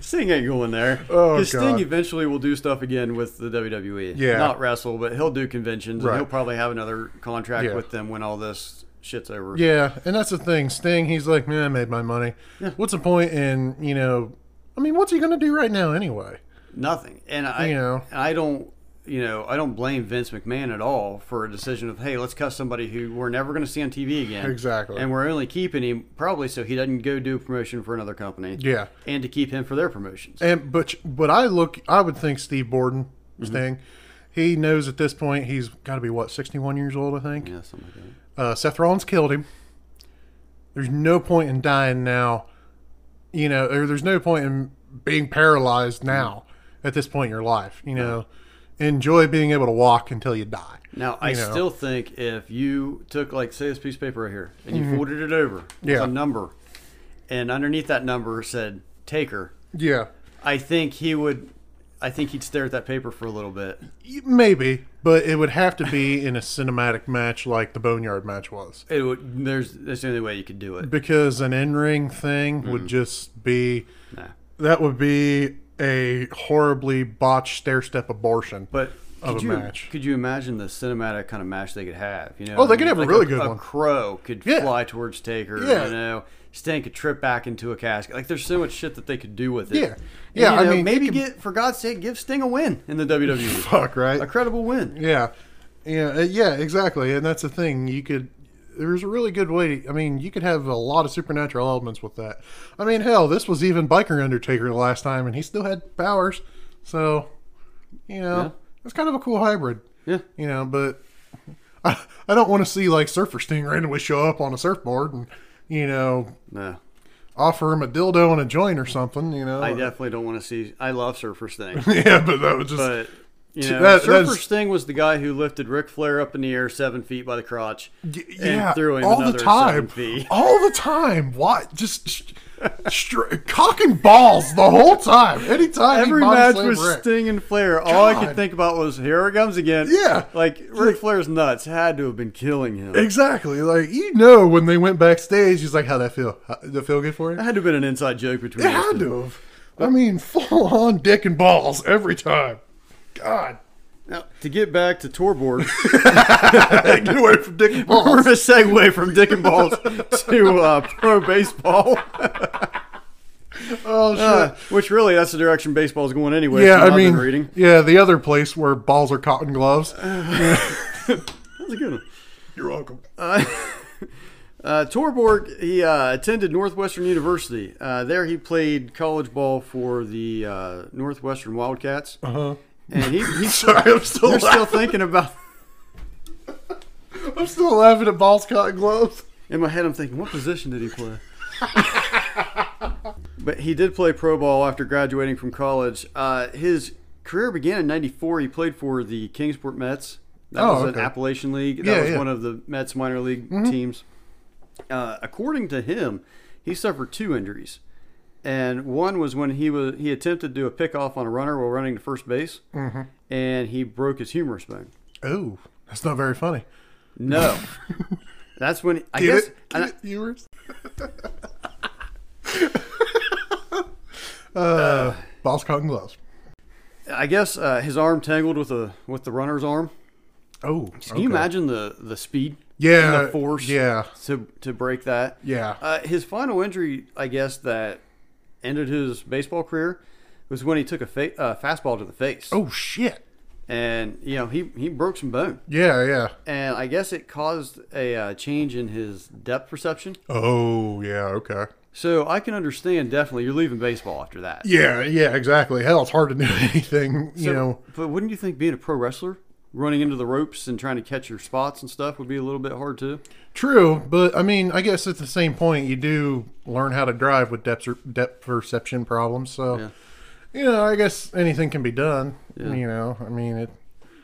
S2: Sting ain't going there.
S3: Oh,
S2: 'Cause Sting
S3: God.
S2: eventually will do stuff again with the WWE.
S3: Yeah.
S2: Not wrestle, but he'll do conventions
S3: Right.
S2: and he'll probably have another contract
S3: Yeah.
S2: with them when all this shit's over.
S3: Yeah, and that's the thing. Sting, he's like, man, I made my money. What's the point in, you know, I mean, what's he going to do right now anyway?
S2: Nothing. And I
S3: You know.
S2: I don't you know, I don't blame Vince McMahon at all for a decision of, hey, let's cut somebody who we're never going to see on TV again.
S3: Exactly.
S2: And we're only keeping him probably so he doesn't go do promotion for another company.
S3: Yeah.
S2: And to keep him for their promotions.
S3: And but but I look, I would think Steve Borden,
S2: Mm-hmm.
S3: Sting, he knows at this point he's got to be what sixty one years old, I think.
S2: yeah, something like that.
S3: Uh, Seth Rollins killed him. There's no point in dying now, you know, or there's no point in being paralyzed
S2: Mm-hmm.
S3: now at this point in your life. You know, enjoy being able to walk until you die.
S2: Now, I
S3: you know.
S2: still think if you took, like, say, this piece of paper right here and you folded it over
S3: Mm-hmm. Yeah.
S2: with a number, and underneath that number said taker,
S3: Yeah.
S2: I think he would, I think he'd stare at that paper for a little bit.
S3: Maybe, but it would have to be in a cinematic match like the Boneyard match was.
S2: It would, there's, that's the only way you could do it.
S3: Because an in ring thing would just be
S2: Mm-hmm. Nah.
S3: that would be a horribly botched stair step abortion.
S2: But
S3: Of
S2: could
S3: a
S2: you,
S3: match.
S2: could you imagine the cinematic kind of match they could have? You know,
S3: Oh, they
S2: I
S3: could
S2: mean,
S3: have a
S2: like
S3: really good
S2: a
S3: one.
S2: crow could
S3: Yeah.
S2: fly towards Taker.
S3: Yeah.
S2: You know, Sting could trip back into a casket. Like, there's so much shit that they could do with it.
S3: Yeah.
S2: And,
S3: Yeah,
S2: you
S3: I
S2: know,
S3: mean, it
S2: maybe
S3: could-
S2: get for God's sake, give Sting a win in the WWE.
S3: Fuck, right?
S2: a credible win.
S3: Yeah, yeah, uh, yeah, exactly. And that's the thing. You could. There's a really good way. To, I mean, you could have a lot of supernatural elements with that. I mean, hell, this was even Biker Undertaker last time, and he still had powers. So, you know,
S2: Yeah.
S3: it's kind of a cool hybrid.
S2: Yeah.
S3: You know, but I, I don't want to see like Surfer Sting randomly show up on a surfboard and you know
S2: No,
S3: offer him a dildo and a joint or something. You know.
S2: I definitely don't want to see. I love Surfer Sting,
S3: yeah, but that was just.
S2: but you know,
S3: that-
S2: Surfer
S3: that's-
S2: Sting was the guy who lifted Ric Flair up in the air seven feet by the crotch
S3: Y-
S2: and threw him
S3: all
S2: another
S3: the time,
S2: seven feet.
S3: all the time. What? Just sh- stra- cock and balls the whole time. Anytime he
S2: Every
S3: body
S2: match
S3: slammed
S2: was
S3: Rick.
S2: Sting and Flair. All I
S3: God.
S2: could think about was here it comes again.
S3: Yeah.
S2: like Ric Flair's nuts had to have been killing him. It
S3: exactly. Like you know, when they went backstage, he's like, "How'd that feel? How, did it feel good for you?"
S2: had to have been an inside joke between.
S3: It
S2: those
S3: had
S2: two.
S3: to have. I mean, full on dick and balls every time. God,
S2: Now, to get back to Torborg,
S3: get away from dick and
S2: we're
S3: balls.
S2: gonna segue from Dick and Balls to uh, pro baseball.
S3: Oh shit.
S2: Uh, which really, that's the direction baseball's going anyway.
S3: yeah,
S2: from what
S3: I
S2: I've been
S3: mean,
S2: reading.
S3: yeah, the other place where balls are cotton gloves.
S2: That's a good one.
S3: You're welcome.
S2: Uh, Torborg, he uh, attended Northwestern University. Uh, there he played college ball for the uh, Northwestern Wildcats. Uh-huh. And he, he's
S3: Sorry, I'm still
S2: they're still
S3: laughing.
S2: thinking about...
S3: I'm still laughing at balls cotton gloves.
S2: In my head, I'm thinking, what position did he play? but he did play pro ball after graduating from college. Uh, his career began in 94. He played for the Kingsport Mets. That
S3: Oh,
S2: was
S3: okay.
S2: an Appalachian League. That
S3: Yeah,
S2: was
S3: yeah. Mm-hmm.
S2: one of the Mets minor league teams. Uh, according to him, he suffered two injuries. And one was when he was he attempted to do a pickoff on a runner while running to first base,
S3: Mm-hmm.
S2: and he broke his humerus bone.
S3: Oh, that's not very funny.
S2: No, that's when I
S3: Get
S2: guess
S3: it?
S2: and
S3: Get
S2: I-
S3: it, viewers? uh, balls, cotton gloves.
S2: I guess uh, his arm tangled with the with the runner's arm.
S3: Oh,
S2: Can you imagine the the speed?
S3: Yeah,
S2: and the force.
S3: yeah.
S2: to to break that.
S3: Yeah.
S2: Uh, his final injury, I guess, that ended his baseball career was when he took a fa- uh, fastball to the face.
S3: Oh shit.
S2: and you know he he broke some bone,
S3: Yeah, yeah.
S2: and I guess it caused a uh, change in his depth perception.
S3: Oh yeah. Okay.
S2: So I can understand definitely you're leaving baseball after that.
S3: Yeah, yeah. Exactly. Hell, it's hard to do anything. You
S2: So-
S3: know.
S2: but wouldn't you think being a pro wrestler running into the ropes and trying to catch your spots and stuff would be a little bit hard too.
S3: True, but I mean, I guess at the same point, you do learn how to drive with depth, depth perception problems. So,
S2: Yeah.
S3: you know, I guess anything can be done. You know, I mean, it.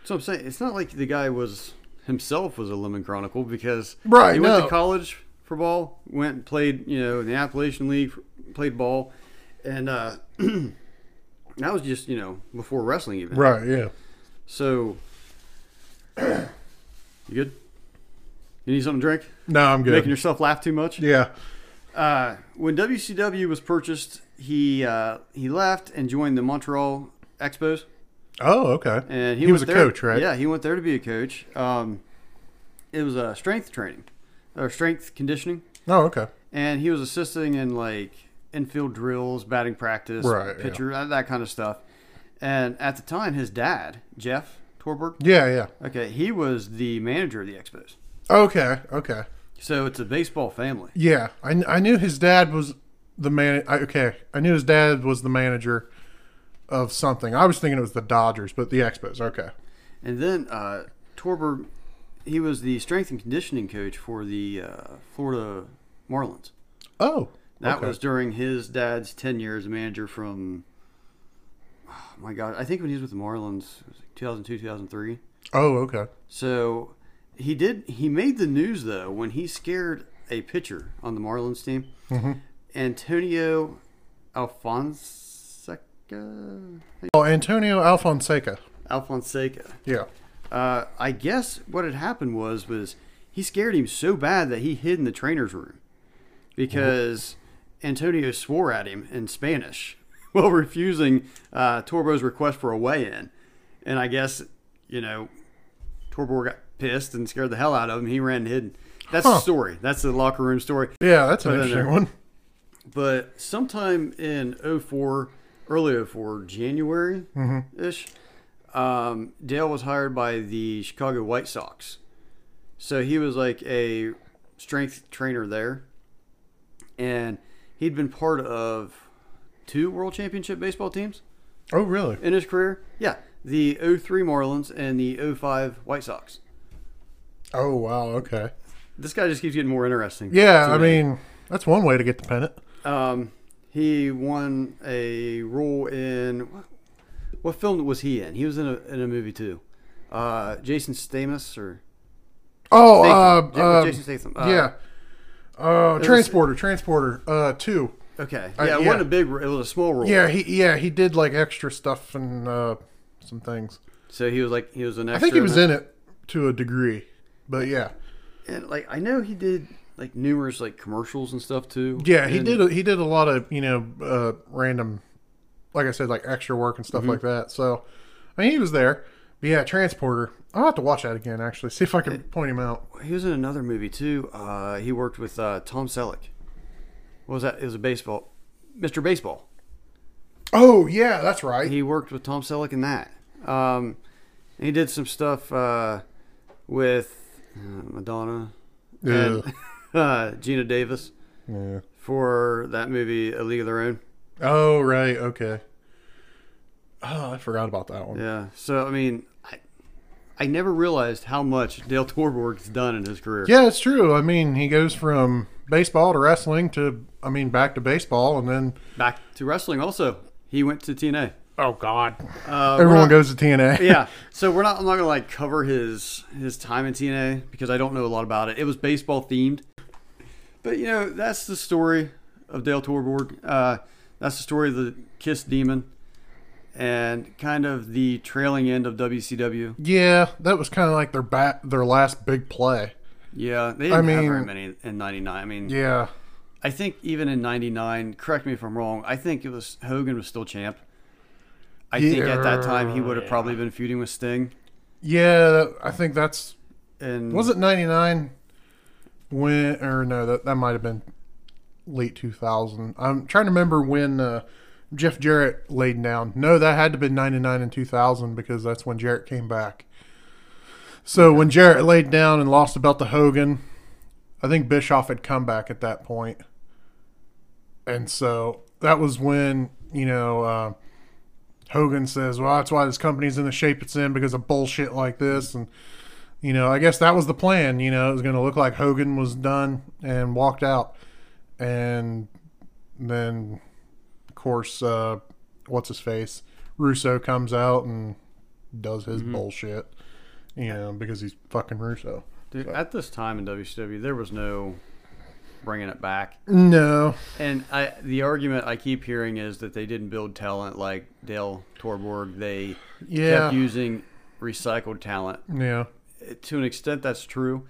S2: So I'm saying it's not like the guy was himself was a Lemon Chronicle because
S3: Right,
S2: he went
S3: no.
S2: to college for ball, went and played you know in the Appalachian League, played ball, and uh, that was just you know before wrestling even.
S3: Right, yeah.
S2: So you good? You need something to drink?
S3: No, I'm good.
S2: Making yourself laugh too much?
S3: yeah.
S2: Uh, when WCW was purchased, he uh, he left and joined the Montreal Expos
S3: Oh, okay.
S2: and he,
S3: was a
S2: went there-
S3: coach, right?
S2: Yeah, he went there to be a coach. Um, it was uh, strength training or strength conditioning,
S3: Oh, okay.
S2: and he was assisting in like infield drills, batting practice,
S3: Right, yeah.
S2: pitcher, that, that kind of stuff. And at the time, his dad, Jeff Torberg,
S3: Yeah, yeah.
S2: okay, he was the manager of the Expos.
S3: Okay, okay.
S2: So it's a baseball family.
S3: Yeah, I, kn- I knew his dad was the man. I, okay, I knew his dad was the manager of something. I was thinking it was the Dodgers, but the Expos. Okay.
S2: And then uh, Torberg, he was the strength and conditioning coach for the uh, Florida Marlins.
S3: Oh,
S2: That
S3: okay.
S2: was during his dad's tenure as a manager from, oh my God, I think when he was with the Marlins, it was like 2002, 2003.
S3: Oh, okay.
S2: So he did, he made the news though when he scared a pitcher on the Marlins team, Antonio Alfonseca,
S3: Oh, Antonio Alfonseca.
S2: Alfonseca.
S3: Yeah.
S2: Uh, I guess what had happened was was he scared him so bad that he hid in the trainer's room because Antonio swore at him in Spanish while refusing uh, Torbo's request for a weigh-in, and I guess you know Torbo got pissed and scared the hell out of him. He ran and hid. That's
S3: Huh.
S2: the story. That's the locker room story.
S3: Yeah, that's an
S2: Other than
S3: interesting
S2: that-
S3: one.
S2: But sometime in 04, early 04, January ish, um, Dale was hired by the Chicago White Sox. So he was like a strength trainer there. And he'd been part of two World Championship baseball teams
S3: Oh, really?
S2: in his career. Yeah, the 03 Marlins and the 05 White Sox.
S3: Oh, wow. Okay.
S2: This guy just keeps getting more interesting.
S3: Yeah,
S2: to
S3: I
S2: me.
S3: mean, that's one way to get the pennant.
S2: Um, he won a role in what, what film was he in? He was in a in a movie too. Uh, Jason Stamus or
S3: Oh,
S2: Statham.
S3: uh,
S2: Ja-
S3: uh,
S2: Jason Statham. Uh,
S3: yeah. Uh, transporter, transporter. Uh, two.
S2: Okay.
S3: Uh,
S2: yeah, it
S3: yeah.
S2: wasn't a big. ro- It was a small role.
S3: Yeah, he yeah he did like extra stuff and uh, some things.
S2: So he was like he was an. Extra
S3: I think he was in it to a degree, but yeah,
S2: And like I know he did like numerous like commercials and stuff too.
S3: yeah he
S2: And-
S3: did a, he did a lot of you know uh, random, like I said, like extra work and stuff
S2: Mm-hmm.
S3: like that. So I mean he was there. But yeah, transporter. I'll have to watch that again actually. See if I can point him out.
S2: He was in another movie too. Uh, he worked with uh, Tom Selleck. What was that? It was a baseball, Mr. Baseball.
S3: Oh yeah, that's right.
S2: he worked with Tom Selleck in that. Um, and he did some stuff uh, with uh, Madonna and
S3: Ugh.
S2: uh, Gina Davis
S3: yeah.
S2: for that movie A League of Their Own.
S3: Oh right, okay. Oh, I forgot about that one.
S2: Yeah. So I mean, I, I never realized how much Dale Torborg's done in his career.
S3: Yeah, it's true. I mean, he goes from baseball to wrestling to, I mean, back to baseball, and then
S2: Back to wrestling also. He went to TNA.
S3: oh god,
S2: Uh, we're
S3: everyone
S2: not-
S3: goes to TNA.
S2: yeah. So we're not. I'm not gonna like cover his his time in TNA because I don't know a lot about it. It was baseball themed, but you know that's the story of Dale Torborg. Uh, that's the story of the Kiss Demon, and kind of the trailing end of WCW.
S3: Yeah, that was kind of like their bat, their last big play.
S2: Yeah, they didn't
S3: I
S2: have very
S3: mean-
S2: many in '99. I mean,
S3: Yeah,
S2: I think even in '99. Correct me if I'm wrong. I think it was Hogan was still champ. I think at that time he would have probably been feuding with Sting.
S3: yeah. that- I think that's
S2: And
S3: was it ninety nine when or no that that might have been late two thousand. I'm trying to remember when uh, Jeff Jarrett laid down. No, that had to be ninety nine and two thousand because that's when Jarrett came back. So when Jarrett laid down and lost the belt to Hogan, I think Bischoff had come back at that point, and so that was when you know. Uh, Hogan says, "Well, that's why this company's in the shape it's in because of bullshit like this." And you know, I guess that was the plan. You know, it was going to look like Hogan was done and walked out, and then, of course, uh, what's his face Russo comes out and does his
S2: Mm-hmm.
S3: bullshit. You know, because he's fucking Russo.
S2: Dude, at this time in WCW, there was no bringing it back.
S3: No,
S2: And I, the argument I keep hearing is that they didn't build talent like Dale Torborg. They
S3: Yeah.
S2: kept using recycled talent.
S3: yeah.
S2: To an extent, that's true.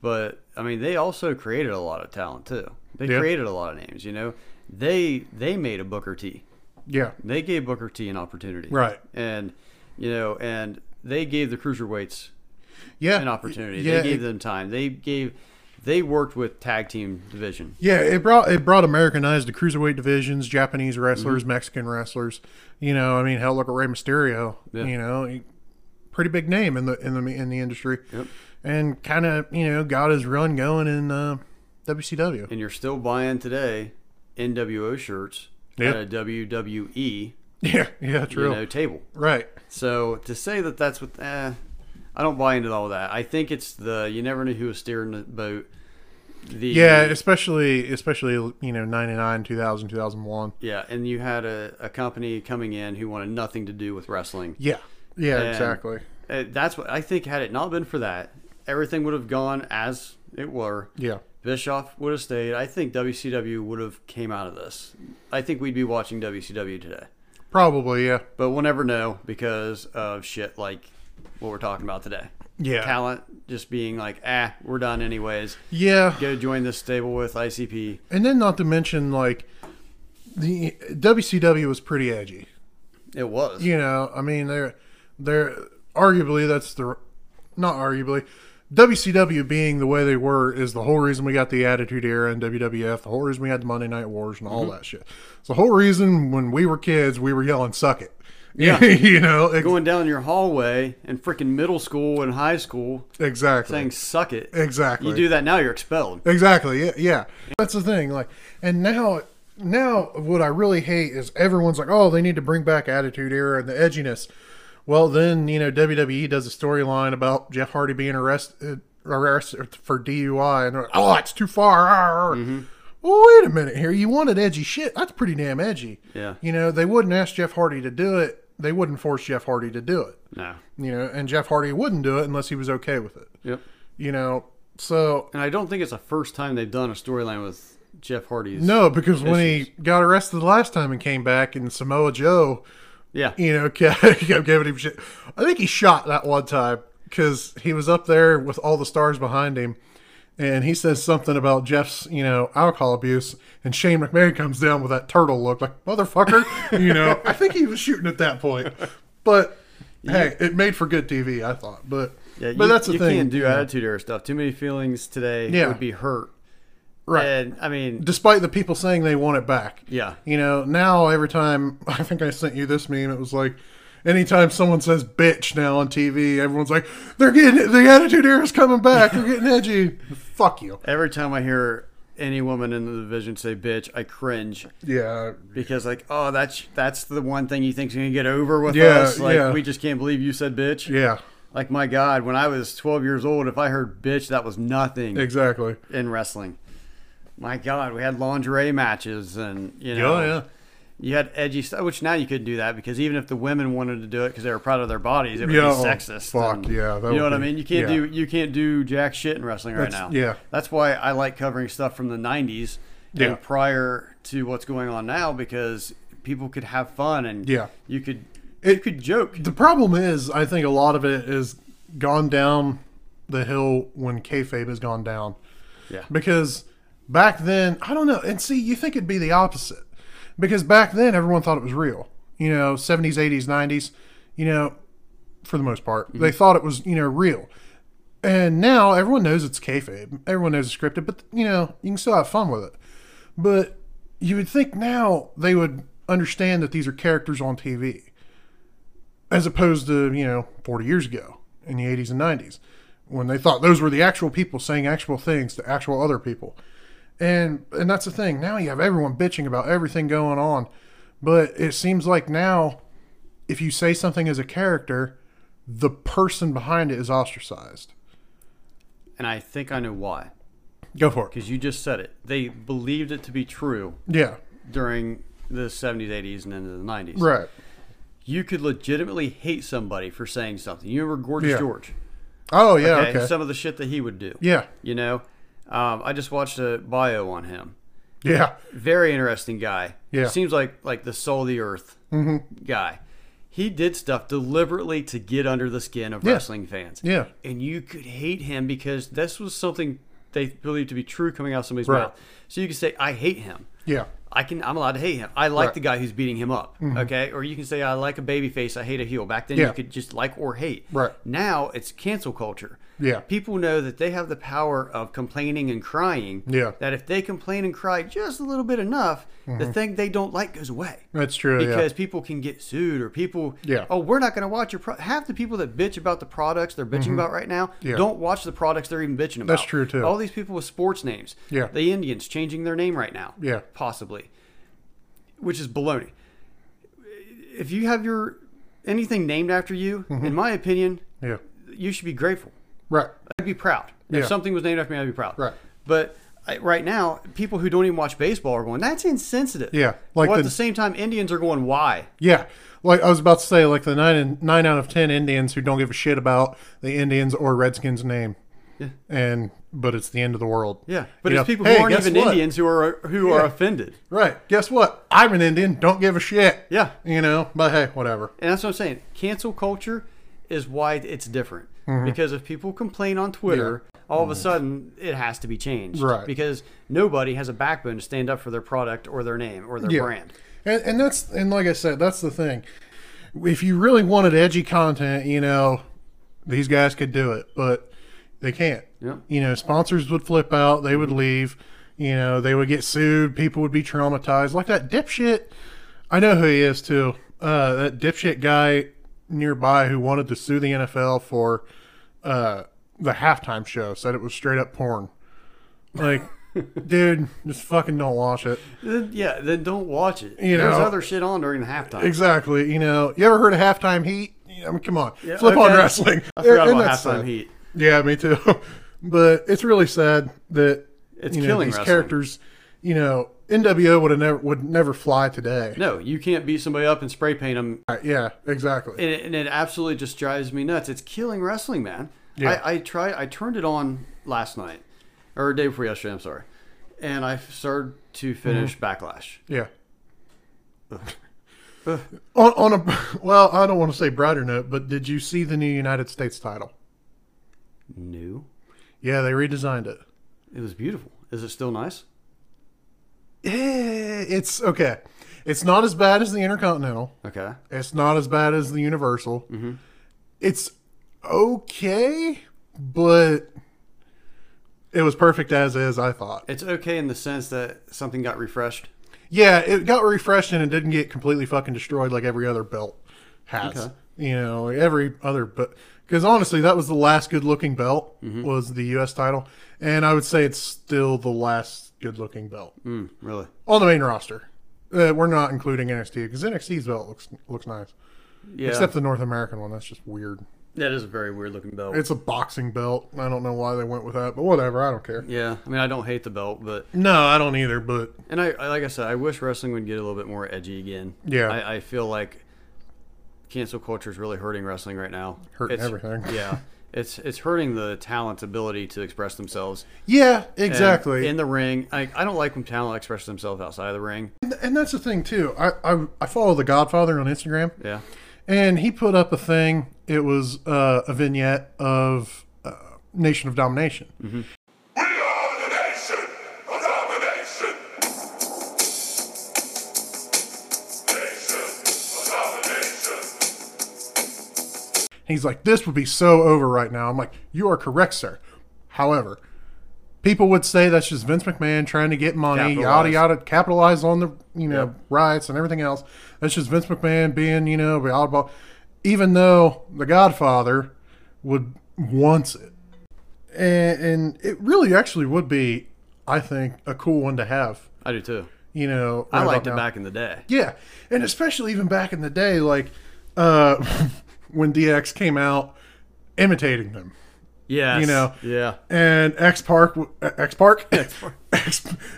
S2: But I mean, they also created a lot of talent too. They
S3: Yeah.
S2: created a lot of names. You know, they they made a Booker T.
S3: Yeah.
S2: They gave Booker T an opportunity.
S3: Right.
S2: And you know, and they gave the cruiserweights
S3: Yeah.
S2: an opportunity.
S3: Yeah,
S2: they gave
S3: it-
S2: them time. They gave they worked with tag team division.
S3: Yeah, it brought it brought Americanized to cruiserweight divisions, Japanese wrestlers,
S2: Mm-hmm.
S3: Mexican wrestlers. You know, I mean, hell, look at Rey Mysterio.
S2: Yeah.
S3: You know, he- pretty big name in the in the in the industry, and kind of you know got his run going in uh, WCW.
S2: and you're still buying today NWO shirts
S3: Yeah.
S2: at a WWE
S3: yeah, yeah,
S2: you
S3: true.
S2: know, table.
S3: right.
S2: So to say that that's what eh, I don't buy into all that. I think it's the you never knew who was steering the boat. The
S3: Yeah, especially especially you know 99, 2000, 2001.
S2: yeah, and you had a, a company coming in who wanted nothing to do with wrestling.
S3: Yeah. Yeah,
S2: And-
S3: exactly.
S2: Uh, that's what I think. Had it not been for that, everything would have gone as it were.
S3: Yeah.
S2: Bischoff would have stayed. I think WCW would have came out of this. I think we'd be watching WCW today.
S3: Probably, yeah.
S2: But we'll never know because of shit like what we're talking about today.
S3: Yeah.
S2: Talent just being like, ah, we're done anyways.
S3: Yeah.
S2: Go join this stable with ICP.
S3: And then not to mention like the WCW was pretty edgy.
S2: It was.
S3: you know, I mean, they're they're arguably that's the not arguably WCW being the way they were is the whole reason we got the Attitude Era and WWF, the whole reason we had the Monday Night Wars and all
S2: Mm-hmm.
S3: that shit. It's the whole reason when we were kids we were yelling "suck it,"
S2: Yeah.
S3: you know, ex-
S2: Going down your hallway in freaking middle school and high school
S3: exactly.
S2: saying, suck it.
S3: Exactly. Uh,
S2: You do that now, you're expelled.
S3: Exactly. Yeah, yeah. That's the thing. Like, and now, now what I really hate is everyone's like, oh, they need to bring back Attitude Era and the edginess. Well, then you know WWE does a storyline about Jeff Hardy being arrested, arrested for DUI, and they're like, oh, it's too far. Arr, arr. Well, wait a minute here. You wanted edgy shit. That's pretty damn edgy.
S2: Yeah.
S3: You know they wouldn't ask Jeff Hardy to do it. They wouldn't force Jeff Hardy to do it.
S2: No.
S3: You know, and Jeff Hardy wouldn't do it unless he was okay with it.
S2: Yep.
S3: You know, so
S2: And I don't think it's the first time they've done a storyline with Jeff Hardy's.
S3: No, because when he
S2: issues.
S3: got arrested the last time and came back, and Samoa Joe,
S2: Yeah.
S3: you know, kept, kept giving him shit. I think he shot that one time because he was up there with all the stars behind him, and he says something about Jeff's, you know, alcohol abuse, and Shane McMahon comes down with that turtle look, like motherfucker. you know, I think he was shooting at that point, but hey, it made for good TV, I thought. But
S2: Yeah,
S3: but
S2: you,
S3: that's the
S2: you
S3: thing.
S2: can't do
S3: you know,
S2: attitude era stuff. Too many feelings today
S3: Yeah.
S2: would be hurt.
S3: right.
S2: And I mean,
S3: despite the people saying they want it back.
S2: Yeah.
S3: You know, now every time I think I sent you this meme, it was like anytime someone says bitch now on TV, everyone's like, They're getting it the attitude era's coming back, they're getting edgy. Fuck you.
S2: Every time I hear any woman in the division say "bitch," I cringe
S3: Yeah.
S2: because, like, oh, that's that's the one thing you think's gonna get over with
S3: Yeah,
S2: us. Like,
S3: yeah.
S2: we just can't believe you said "bitch."
S3: Yeah.
S2: Like, my God, when I was 12 years old, if I heard "bitch," that was nothing
S3: Exactly.
S2: in wrestling. My God, we had lingerie matches, and you know,
S3: Oh yeah.
S2: you had edgy stuff. Which now you couldn't do that because even if the women wanted to do it because they were proud of their bodies, it would
S3: Yeah,
S2: be
S3: oh,
S2: sexist.
S3: fuck,
S2: and-
S3: yeah, that
S2: you know
S3: would
S2: what I
S3: be-
S2: mean. You can't
S3: yeah.
S2: do you can't do jack shit in wrestling right
S3: That's-
S2: now.
S3: yeah.
S2: that's why I like covering stuff from the '90s
S3: Yeah.
S2: and prior to what's going on now because people could have fun and
S3: Yeah.
S2: you could you
S3: It-
S2: could joke.
S3: The problem is, I think a lot of it is gone down the hill when kayfabe has gone down.
S2: Yeah.
S3: Because back then, I don't know. And see, you think it'd be the opposite. Because back then, everyone thought it was real. You know, 70s, 80s, 90s, you know, for the most part, they thought it was, you know, real. And now everyone knows it's kayfabe. Everyone knows it's scripted, but, you know, you can still have fun with it. But you would think now they would understand that these are characters on TV as opposed to you know 40 years ago in the 80s and 90s when they thought those were the actual people saying actual things to actual other people and and that's the thing now you have everyone bitching about everything going on but it seems like now if you say something as a character, the person behind it is ostracized.
S2: And I think I know why.
S3: Go for it.
S2: Because you just said it. They believed it to be true
S3: Yeah.
S2: during the 70s, 80s, and into the 90s.
S3: Right.
S2: You could legitimately hate somebody for saying something. You remember Gorgeous
S3: Yeah.
S2: George?
S3: Oh yeah.
S2: okay,
S3: Okay.
S2: Some of the shit that he would do.
S3: yeah.
S2: You know, um, I just watched a bio on him.
S3: Yeah.
S2: Very interesting guy.
S3: Yeah. Mm-hmm.
S2: Seems like like the soul of the earth guy. He did stuff deliberately to get under the skin of
S3: Yeah.
S2: wrestling fans.
S3: Yeah.
S2: And you could hate him because this was something they believed to be true coming out of somebody's
S3: Right.
S2: mouth. So you could say, I hate him.
S3: Yeah.
S2: I can. I'm allowed to hate him. I like
S3: Right. Mm-hmm.
S2: the guy who's beating him up. Okay, or you can say I like a baby face. I hate a heel. Back then,
S3: Yeah.
S2: you could just like or hate.
S3: Right.
S2: Now it's cancel culture.
S3: Yeah.
S2: People know that they have the power of complaining and crying.
S3: Yeah. Mm-hmm.
S2: That if they complain and cry just a little bit enough, the thing they don't like goes away.
S3: That's true, yeah.
S2: Because people can get sued or people.
S3: Yeah.
S2: Oh, we're not going to watch your. Pro-. Half the people that bitch about the products they're bitching about right now
S3: Mm-hmm. Yeah.
S2: don't watch the products they're even bitching about.
S3: That's true, too.
S2: All these people with sports names.
S3: Yeah.
S2: The Indians changing their name right now
S3: Yeah.
S2: possibly, which is baloney. If you have your anything named after you, in my opinion,
S3: Mm-hmm. Yeah.
S2: you should be grateful.
S3: Right.
S2: I'd be proud
S3: Yeah.
S2: if something was named after me. I'd be proud.
S3: Right.
S2: But I, right now, people who don't even watch baseball are going, "That's insensitive."
S3: Yeah, like
S2: While
S3: the-
S2: at the same time, Indians are going, "Why?"
S3: Yeah. Like I was about to say, like the nine and nine out of ten Indians who don't give a shit about the Indians or Redskins name. Yeah. And but it's the end of the world.
S2: Yeah. But
S3: You
S2: it's
S3: know,
S2: people
S3: hey,
S2: who aren't
S3: guess
S2: even
S3: what?
S2: Indians who are who are
S3: Yeah.
S2: offended.
S3: Right. Guess what? I'm an Indian. Don't give a shit.
S2: Yeah.
S3: You know. But hey, whatever.
S2: And that's what I'm saying. Cancel culture is why it's different.
S3: Mm-hmm.
S2: Because if people complain on Twitter, all of a sudden it has to be changed.
S3: Right.
S2: Because nobody has a backbone to stand up for their product or their name or their
S3: Yeah.
S2: brand.
S3: And, and that's and like I said, that's the thing. If you really wanted edgy content, you know, these guys could do it, but they can't.
S2: Yep.
S3: You know, sponsors would flip out, they would leave, you know, they would get sued, people would be traumatized. Like that dipshit. I know who he is too. Uh, that dipshit guy nearby who wanted to sue the NFL for uh, the halftime show said it was straight up porn. Like, dude, just fucking don't watch it.
S2: Then, yeah, then don't watch it.
S3: You
S2: There's
S3: know.
S2: other shit on during the halftime.
S3: Exactly. You know, you ever heard of halftime heat? I mean, come on, flip on
S2: okay.
S3: wrestling.
S2: I forgot
S3: And
S2: about
S3: that's
S2: halftime
S3: sad.
S2: heat.
S3: Yeah, me too. but it's really sad that
S2: It's
S3: you know,
S2: killing
S3: these
S2: wrestling.
S3: characters. You know, NWO would have never would never fly today.
S2: No, you can't beat somebody up and spray paint them.
S3: Right, Yeah, exactly.
S2: And it, and it absolutely just drives me nuts. It's killing wrestling, man.
S3: Yeah.
S2: I, I tried. I turned it on last night, or day before yesterday. I'm sorry, and I started to
S3: Mm-hmm.
S2: finish Backlash.
S3: yeah. on, on a well, I don't want to say brighter note, but did you see the new United States title?
S2: New.
S3: Yeah, they redesigned it.
S2: It was beautiful. Is it still nice?
S3: Eh, It's okay. It's not as bad as the Intercontinental.
S2: Okay.
S3: It's not as bad as the Universal.
S2: Mm-hmm.
S3: It's okay, but it was perfect as is. I thought.
S2: It's okay in the sense that something got refreshed.
S3: Yeah, it got refreshed and it didn't get completely fucking destroyed like every other belt has.
S2: Okay.
S3: You know, every other but because honestly, that was the last good looking belt
S2: Mm-hmm.
S3: was the U.S. title, and I would say it's still the last good looking belt
S2: Mm, really?
S3: on the main roster. Uh, we're not including NXT because NXT's belt looks looks nice,
S2: Yeah.
S3: except the North American one. That's just weird.
S2: that is a very weird looking belt.
S3: It's a boxing belt. I don't know why they went with that, but whatever. I don't care.
S2: yeah. I mean, I don't hate the belt, but
S3: No, I don't either. But
S2: and I I- like I said, I wish wrestling would get a little bit more edgy again.
S3: Yeah.
S2: I, I feel like cancel culture is really hurting wrestling right now.
S3: Hurting
S2: It's-
S3: everything.
S2: Yeah. It's it's hurting the talent's ability to express themselves.
S3: yeah,
S2: And
S3: exactly.
S2: in
S3: And,
S2: the ring, I, I don't like when talent expresses themselves outside of the ring.
S3: and that's the thing too. I, I I follow the Godfather on Instagram,
S2: Yeah.
S3: and he put up a thing. It was uh, a vignette of uh, Nation of Domination,
S5: We are the nation of domination. Nation of domination.
S3: He's like, this would be so over right now. I'm like, you are correct, sir. However, people would say that's just Vince McMahon trying to get money, yada
S2: Capitalize.
S3: yada, capitalize on the you know
S2: Yep.
S3: riots and everything else. That's just Vince McMahon being you know the oddball. Even though The Godfather would wants it, and, and it really actually would be, I think, a cool one to have.
S2: I do too.
S3: You know,
S2: I
S3: right
S2: liked it
S3: about now.
S2: back in the day.
S3: Yeah, and especially even back in the day, like uh, when DX came out imitating them.
S6: Yes.
S3: You know,
S2: Yeah.
S3: and X Park, w- uh, X Park, X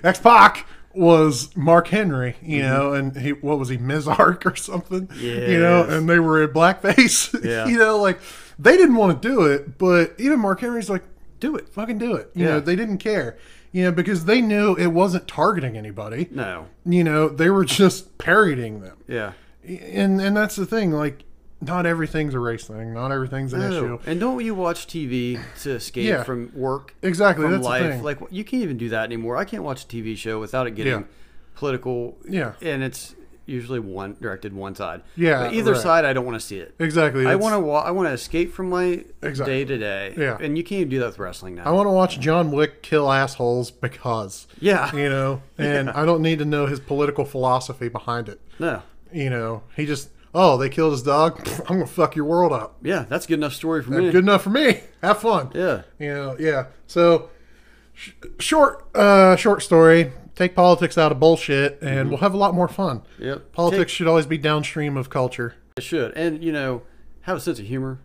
S3: X Pac was Mark Henry, you know, and he what was he Mizark or something, you know,
S6: Yes.
S3: and they were in blackface,
S2: Yeah.
S3: you know, like they didn't want to do it, but even Mark Henry's like, do it, fucking do it, you
S2: Yeah.
S3: know, they didn't care, you know, because they knew it wasn't targeting anybody,
S2: No.
S3: you know, they were just parodying them,
S2: Yeah.
S3: and and that's the thing, like. Not everything's a race thing. Not everything's an issue.
S2: No. And don't you watch TV to escape
S3: Yeah.
S2: from work?
S3: Exactly,
S2: From
S3: that's the
S2: life.
S3: thing.
S2: Like you can't even do that anymore. I can't watch a TV show without it getting
S3: Yeah.
S2: political.
S3: Yeah.
S2: And it's usually one directed one side.
S3: Yeah,
S2: But either
S3: right.
S2: side, I don't want to see it.
S3: Exactly.
S2: I
S3: it's-
S2: want to. Wa- I want to escape from my
S3: Exactly.
S2: day to day.
S3: Yeah.
S2: And you can't even do that with wrestling now.
S3: I want to watch John Wick kill assholes because.
S2: Yeah.
S3: You know, and I don't need to know his political philosophy behind it.
S2: no.
S3: You know, he just, oh, they killed his dog. I'm going to fuck your world up.
S2: Yeah, that's a good enough story for me.
S3: Good enough for me. Have fun.
S2: Yeah.
S3: You know, yeah. So, sh- short, uh, short story. Take politics out of bullshit, and we'll have a lot more fun.
S2: Mm-hmm. Yep.
S3: Politics
S2: Take-
S3: should always be downstream of culture.
S2: It should. And you know, have a sense of humor.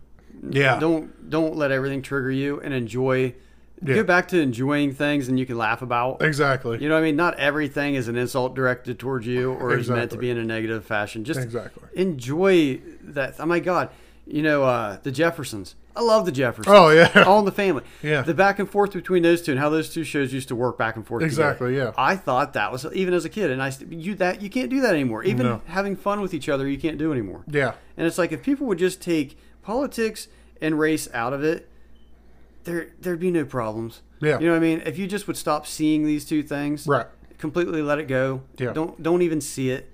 S3: Yeah.
S2: Don't don't let everything trigger you and enjoy.
S3: Yeah.
S2: Get back to enjoying things and you can laugh about.
S3: Exactly.
S2: You know what I mean? Not everything is an insult directed towards you or is meant to
S3: Exactly.
S2: be in a negative fashion. Just
S3: Exactly.
S2: enjoy that. Oh my God. You know, uh, the Jeffersons. I love the Jeffersons.
S3: Oh, yeah.
S2: All in the family.
S3: Yeah.
S2: The back and forth between those two and how those two shows used to work back and forth. together.
S3: Exactly, yeah.
S2: I thought that was even as a kid, and I st- you that you can't do that anymore. Even
S3: No.
S2: having fun with each other, you can't do anymore.
S3: Yeah.
S2: And it's like if people would just take politics and race out of it, there there'd be no problems.
S3: Yeah.
S2: You know what I mean? If you just would stop seeing these two things,
S3: Right.
S2: Completely let it go.
S3: Yeah.
S2: Don't don't even see it.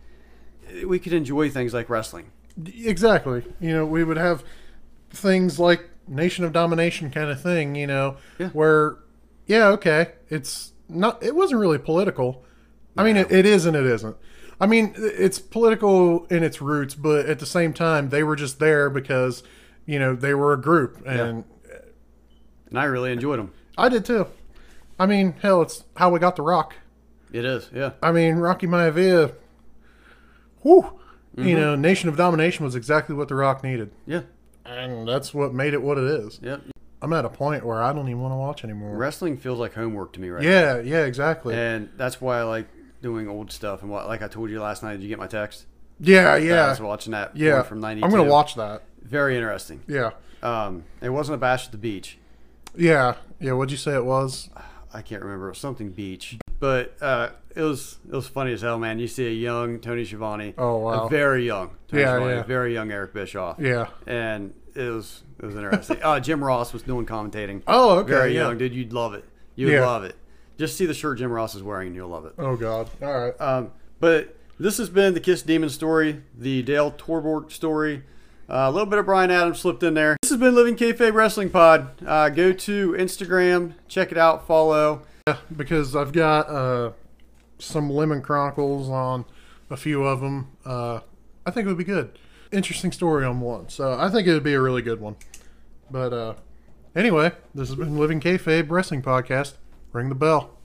S2: We could enjoy things like wrestling.
S3: Exactly. You know, we would have things like Nation of Domination kind of thing, you know,
S2: Yeah.
S3: where, yeah, okay, it's not, it wasn't really political. I mean, it, it is and it isn't. I mean, i- it's political in its roots, but at the same time, they were just there because, you know, they were a group. And
S2: And I really enjoyed them.
S3: I did too. I mean, hell, it's how we got The Rock.
S2: It is, yeah.
S3: I mean, Rocky Maivia, whew, you
S2: Mm-hmm.
S3: know, Nation of Domination was exactly what The Rock needed.
S2: Yeah.
S3: And that's what made it what it is.
S2: Yep.
S3: I'm at a point where I don't even want to watch anymore.
S2: Wrestling feels like homework to me right now.
S3: Yeah, yeah, exactly.
S2: And that's why I like doing old stuff and what like I told you last night, did you get my text?
S3: yeah,
S2: I
S3: yeah.
S2: was watching that one
S3: yeah.
S2: from ninety
S3: I'm going to watch that.
S2: Very interesting.
S3: Yeah.
S2: Um, it wasn't a bash at the beach.
S3: Yeah. Yeah, what'd you say it was?
S2: I can't remember it was something beach, but uh, it was it was funny as hell, man. You see a young Tony Schiavone,
S3: Oh, wow.
S2: a very young Tony
S3: Yeah,
S2: Schiavone,
S3: yeah.
S2: a very young Eric Bischoff,
S3: Yeah.
S2: and it was it was interesting. uh, Jim Ross was doing commentating.
S3: Oh, okay,
S2: very
S3: yeah.
S2: young dude. You'd love it. You'd
S3: Yeah.
S2: love it. Just see the shirt Jim Ross is wearing, and you'll love it.
S3: Oh, God. All right.
S2: Um, but this has been the Kiss Demon story, the Dale Torborg story. Uh, a little bit of Brian Adams slipped in there. This has been Living Kayfabe Wrestling Pod. Uh, go to Instagram, check it out, follow.
S3: because I've got uh, some Lemon Chronicles on a few of them. Uh, I think it would be good. Interesting story on one. So I think it would be a really good one. But uh, anyway, this has been Living Kayfabe Wrestling Podcast. Ring the bell.